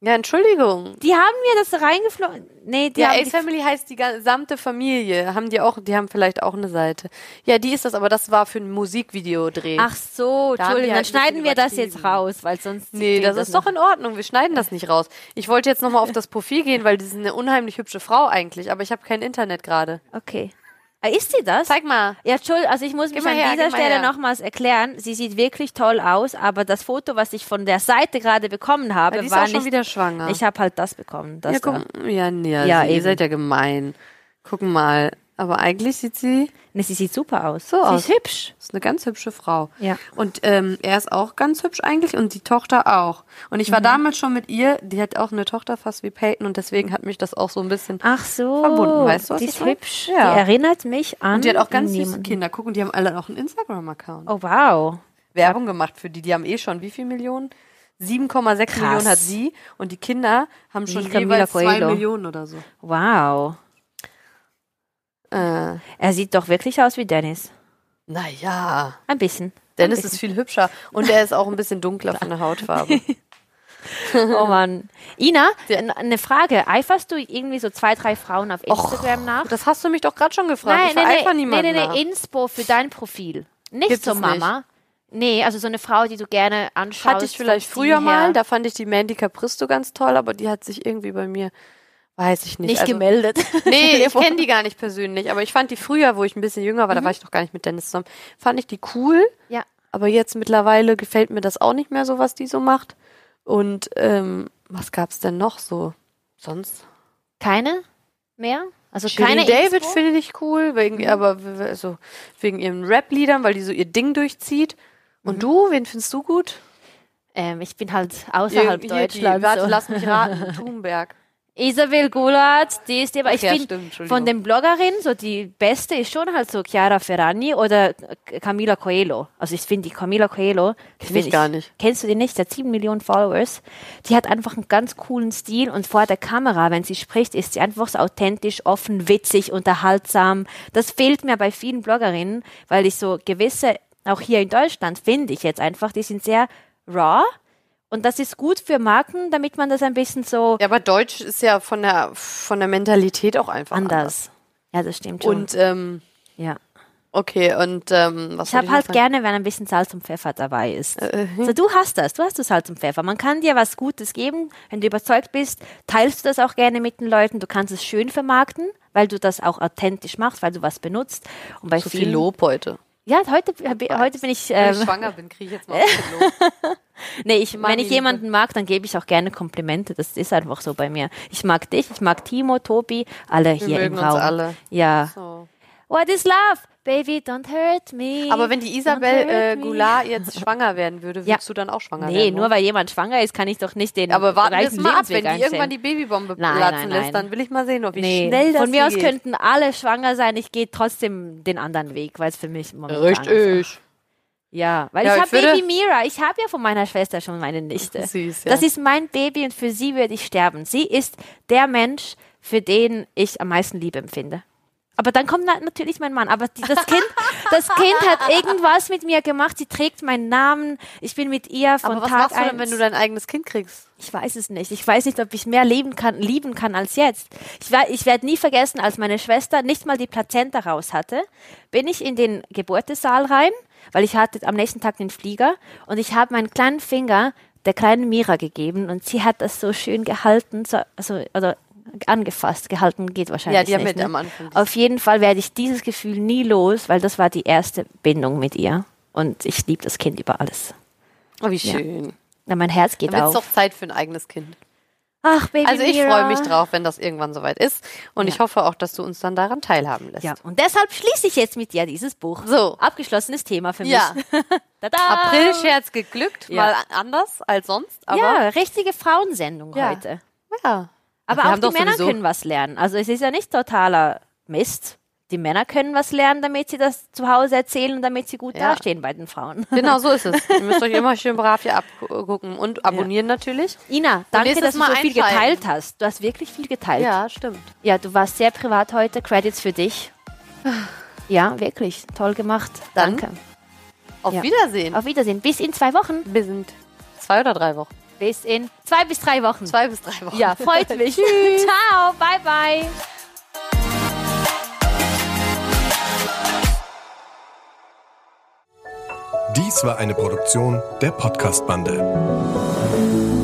S1: Ja, Entschuldigung.
S2: Die haben mir das reingeflogen. Nee, die
S1: Ja,
S2: haben
S1: Ace Family heißt die gesamte Familie. Haben die auch, die haben vielleicht auch eine Seite. Ja, die ist das, aber das war für ein Musikvideodreh.
S2: Ach so,
S1: Da haben die
S2: Entschuldigung, dann
S1: halt ein
S2: schneiden
S1: bisschen
S2: wir das jetzt
S1: übertrieben.
S2: raus, weil sonst
S1: Nee,
S2: klingt
S1: das ist
S2: noch-
S1: doch in Ordnung. Wir schneiden das nicht raus. Ich wollte jetzt nochmal auf das Profil gehen, weil die ist eine unheimlich hübsche Frau eigentlich, aber ich habe kein Internet gerade.
S2: Okay. Ah, Ist sie das?
S1: Zeig mal.
S2: Ja, Entschuldigung, also ich muss mich
S1: mal
S2: an
S1: her,
S2: dieser
S1: gib mal
S2: Stelle
S1: her.
S2: nochmals erklären. Sie sieht wirklich toll aus, aber das Foto, was ich von der Seite gerade bekommen habe,
S1: Ja, die ist
S2: war
S1: auch schon
S2: nicht.
S1: wieder schwanger.
S2: Ich habe halt das bekommen. Das
S1: ja,
S2: da.
S1: guck, ja, nee,
S2: Ja,
S1: ihr
S2: eben.
S1: seid ja gemein. Guck mal. Aber eigentlich sieht sie
S2: Nee, sie sieht super aus.
S1: So
S2: sie
S1: aus.
S2: ist hübsch.
S1: ist eine ganz hübsche Frau.
S2: Ja.
S1: Und ähm, er ist auch ganz hübsch eigentlich und die Tochter auch. Und ich war damals schon mit ihr, die hat auch eine Tochter fast wie Peyton und deswegen hat mich das auch so ein bisschen.
S2: Ach so.
S1: Verbunden, weißt du, was
S2: Die
S1: ich
S2: ist
S1: meine?
S2: hübsch.
S1: Ja.
S2: Die erinnert mich an.
S1: Und die hat auch ganz süße
S2: jemanden.
S1: Kinder. Guck, und die haben alle auch einen Instagram-Account.
S2: Oh, wow.
S1: Werbung gemacht für die. Die haben eh schon wie viel Millionen? 7,6 Millionen hat sie und die Kinder haben schon
S2: Wie Camila
S1: jeweils 2
S2: Coelho.
S1: Millionen oder so.
S2: Wow.
S1: Äh,
S2: Er sieht doch wirklich aus wie Dennis.
S1: naja.
S2: Ein bisschen.
S1: Dennis ist viel hübscher und er ist auch ein bisschen dunkler von der Hautfarbe. Mhm.
S2: Oh Mann. Ina, n- eine Frage. Eiferst du irgendwie so zwei, drei Frauen auf Instagram nach?
S1: Das hast du mich doch gerade schon gefragt. ich vereifer
S2: nee,
S1: niemanden
S2: nee,
S1: nach.
S2: nee, Inspo für dein Profil. Nicht
S1: Gibt's
S2: so
S1: es nicht.
S2: Mama. Nee, also so eine Frau, die du gerne anschaust.
S1: Hatte ich vielleicht
S2: vom
S1: früher
S2: Stil
S1: mal,
S2: her.
S1: da fand ich die Mandy Capristo ganz toll, aber die hat sich irgendwie bei mir, weiß ich nicht.
S2: nicht
S1: also-
S2: gemeldet.
S1: Nee, ich kenne die gar nicht persönlich, aber ich fand die früher, wo ich ein bisschen jünger war,
S2: Mhm.
S1: da war ich noch gar nicht mit Dennis zusammen, fand ich die cool,
S2: Ja.
S1: aber jetzt mittlerweile gefällt mir das auch nicht mehr so, was die so macht. Und ähm, was gab's denn noch so sonst?
S2: Keine mehr? Also
S1: Shirin
S2: keine
S1: David
S2: Inspo?
S1: finde ich cool,
S2: Mhm.
S1: wegen, aber w- w- also wegen ihren Rap-Liedern, weil die so ihr Ding durchzieht. Und
S2: Mhm.
S1: du, wen findest du gut?
S2: Ähm, ich bin halt außerhalb
S1: Irgendwie hier die-
S2: Deutschlands.
S1: Warte,
S2: so.
S1: lass mich raten. Thunberg.
S2: Isabel Gulat, die ist aber ich
S1: ja,
S2: bin
S1: stimmt, Entschuldigung.
S2: von den Bloggerinnen so die beste ist schon halt so Chiara Ferragni oder äh, Camila Coelho. Also ich finde die Camila Coelho, die
S1: Kenn
S2: find
S1: ich gar nicht.
S2: Kennst du die nicht? Der hat sieben Millionen Followers. Die hat einfach einen ganz coolen Stil und vor der Kamera, wenn sie spricht, ist sie einfach so authentisch, offen, witzig, unterhaltsam. Das fehlt mir bei vielen Bloggerinnen, weil ich so gewisse auch hier in Deutschland finde ich jetzt einfach, die sind sehr raw. Und das ist gut für Marken, damit man das ein bisschen so
S1: Ja, aber Deutsch ist ja von der, von der Mentalität auch einfach anders.
S2: anders. Ja, das stimmt schon.
S1: Und, ähm,
S2: ja.
S1: okay, und, ähm, was
S2: Ich habe
S1: wollte
S2: halt
S1: noch sagen?
S2: gerne, wenn ein bisschen Salz und Pfeffer dabei ist.
S1: Äh, hm.
S2: So, du hast das, du hast das Salz und Pfeffer. Man kann dir was Gutes geben, wenn du überzeugt bist, teilst du das auch gerne mit den Leuten. Du kannst es schön vermarkten, weil du das auch authentisch machst, weil du was benutzt. Und bei
S1: So viel
S2: vielen,
S1: Lob heute.
S2: Ja, heute, hab ich- heute bin ich.
S1: Wenn ich
S2: Ähm,
S1: schwanger bin, kriege ich jetzt mal ein bisschen Lob.
S2: nee, ich, wenn
S1: Mami.
S2: ich jemanden mag, dann gebe ich auch gerne Komplimente. Das ist einfach so bei mir. Ich mag dich, ich mag Timo, Tobi, alle
S1: Wir
S2: hier
S1: mögen
S2: im
S1: uns
S2: Raum.
S1: alle.
S2: Ja.
S1: So.
S2: What is love? Baby, don't hurt me.
S1: Aber wenn die
S2: Don't
S1: Isabel
S2: hurt
S1: äh,
S2: me.
S1: Goulart jetzt schwanger werden würde, würdest du dann auch schwanger
S2: Nee,
S1: werden?
S2: nur
S1: oder?
S2: weil jemand schwanger ist, kann ich doch nicht den
S1: Aber warten wir es
S2: reichen
S1: mal ab,
S2: Lebensweg
S1: wenn die irgendwann die
S2: einstellen.
S1: Babybombe
S2: Nein,
S1: platzen
S2: nein, nein.
S1: lässt, dann will ich mal sehen, ob wie
S2: Nee,
S1: schnell das
S2: von mir
S1: hier
S2: aus
S1: geht.
S2: könnten alle schwanger sein. Ich gehe trotzdem den anderen Weg, weil es für mich momentan
S1: Richtig.
S2: Ja, weil
S1: Ja,
S2: ich
S1: ich
S2: habe
S1: würde-
S2: Baby Mira. Ich habe ja von meiner Schwester schon meine Nichte.
S1: Süß, ja.
S2: Das ist mein Baby und für sie würde ich sterben. Sie ist der Mensch, für den ich am meisten Liebe empfinde. Aber dann kommt na natürlich mein Mann. Aber die, das, kind, das Kind hat irgendwas mit mir gemacht. Sie trägt meinen Namen. Ich bin mit ihr von
S1: Aber was
S2: Tag
S1: machst du denn,
S2: eins.
S1: wenn du dein eigenes Kind kriegst?
S2: Ich weiß es nicht. Ich weiß nicht, ob ich mehr leben kann, lieben kann als jetzt. Ich, wa- ich werde nie vergessen, als meine Schwester nicht mal die Plazenta raus hatte, bin ich in den Geburtessaal rein, weil ich hatte am nächsten Tag den Flieger und ich habe meinen kleinen Finger der kleinen Mira gegeben und sie hat das so schön gehalten, so, also, oder angefasst, gehalten geht wahrscheinlich
S1: Ja, die haben
S2: nicht.
S1: mit
S2: ne?
S1: am Anfang.
S2: Auf jeden Fall werde ich dieses Gefühl nie los, weil das war die erste Bindung mit ihr und ich liebe das Kind über alles.
S1: Oh, wie schön.
S2: Na, mein Herz geht
S1: Dann wird es
S2: auf.
S1: doch Zeit für ein eigenes Kind.
S2: Ach, Baby
S1: Also ich
S2: Mira.
S1: freue mich drauf, wenn das irgendwann soweit ist. Und ich hoffe auch, dass du uns dann daran teilhaben lässt.
S2: Ja, und deshalb schließe ich jetzt mit dir dieses Buch.
S1: So.
S2: Abgeschlossenes Thema für mich.
S1: Ja.
S2: Tada!
S1: April-Scherz geglückt,
S2: Ja.
S1: mal a- anders als sonst, aber
S2: Ja, richtige Frauensendung
S1: Ja.
S2: heute.
S1: ja.
S2: Aber
S1: Wir
S2: auch
S1: haben
S2: die
S1: doch
S2: Männer
S1: sowieso-
S2: können was lernen. Also es ist ja nicht totaler Mist. Die Männer können was lernen, damit sie das zu Hause erzählen und damit sie gut
S1: Ja.
S2: dastehen bei den Frauen.
S1: Genau so ist es. Ihr müsst euch immer schön brav hier abgucken und abonnieren natürlich.
S2: Ina, danke,
S1: nächstes
S2: dass du
S1: Mal
S2: so viel
S1: einschalten.
S2: geteilt hast. Du hast wirklich viel geteilt.
S1: Ja, stimmt.
S2: Ja, du warst sehr privat heute. Credits für dich. Ja, wirklich. Toll gemacht.
S1: Dann-
S2: Danke.
S1: Auf
S2: Ja.
S1: Wiedersehen.
S2: Auf Wiedersehen. Bis in zwei Wochen.
S1: wir sind zwei oder drei Wochen.
S2: Bis in zwei bis drei Wochen.
S1: Zwei bis drei Wochen.
S2: Ja, freut mich. Ciao, bye bye.
S4: Dies war eine Produktion der Podcast-Bande.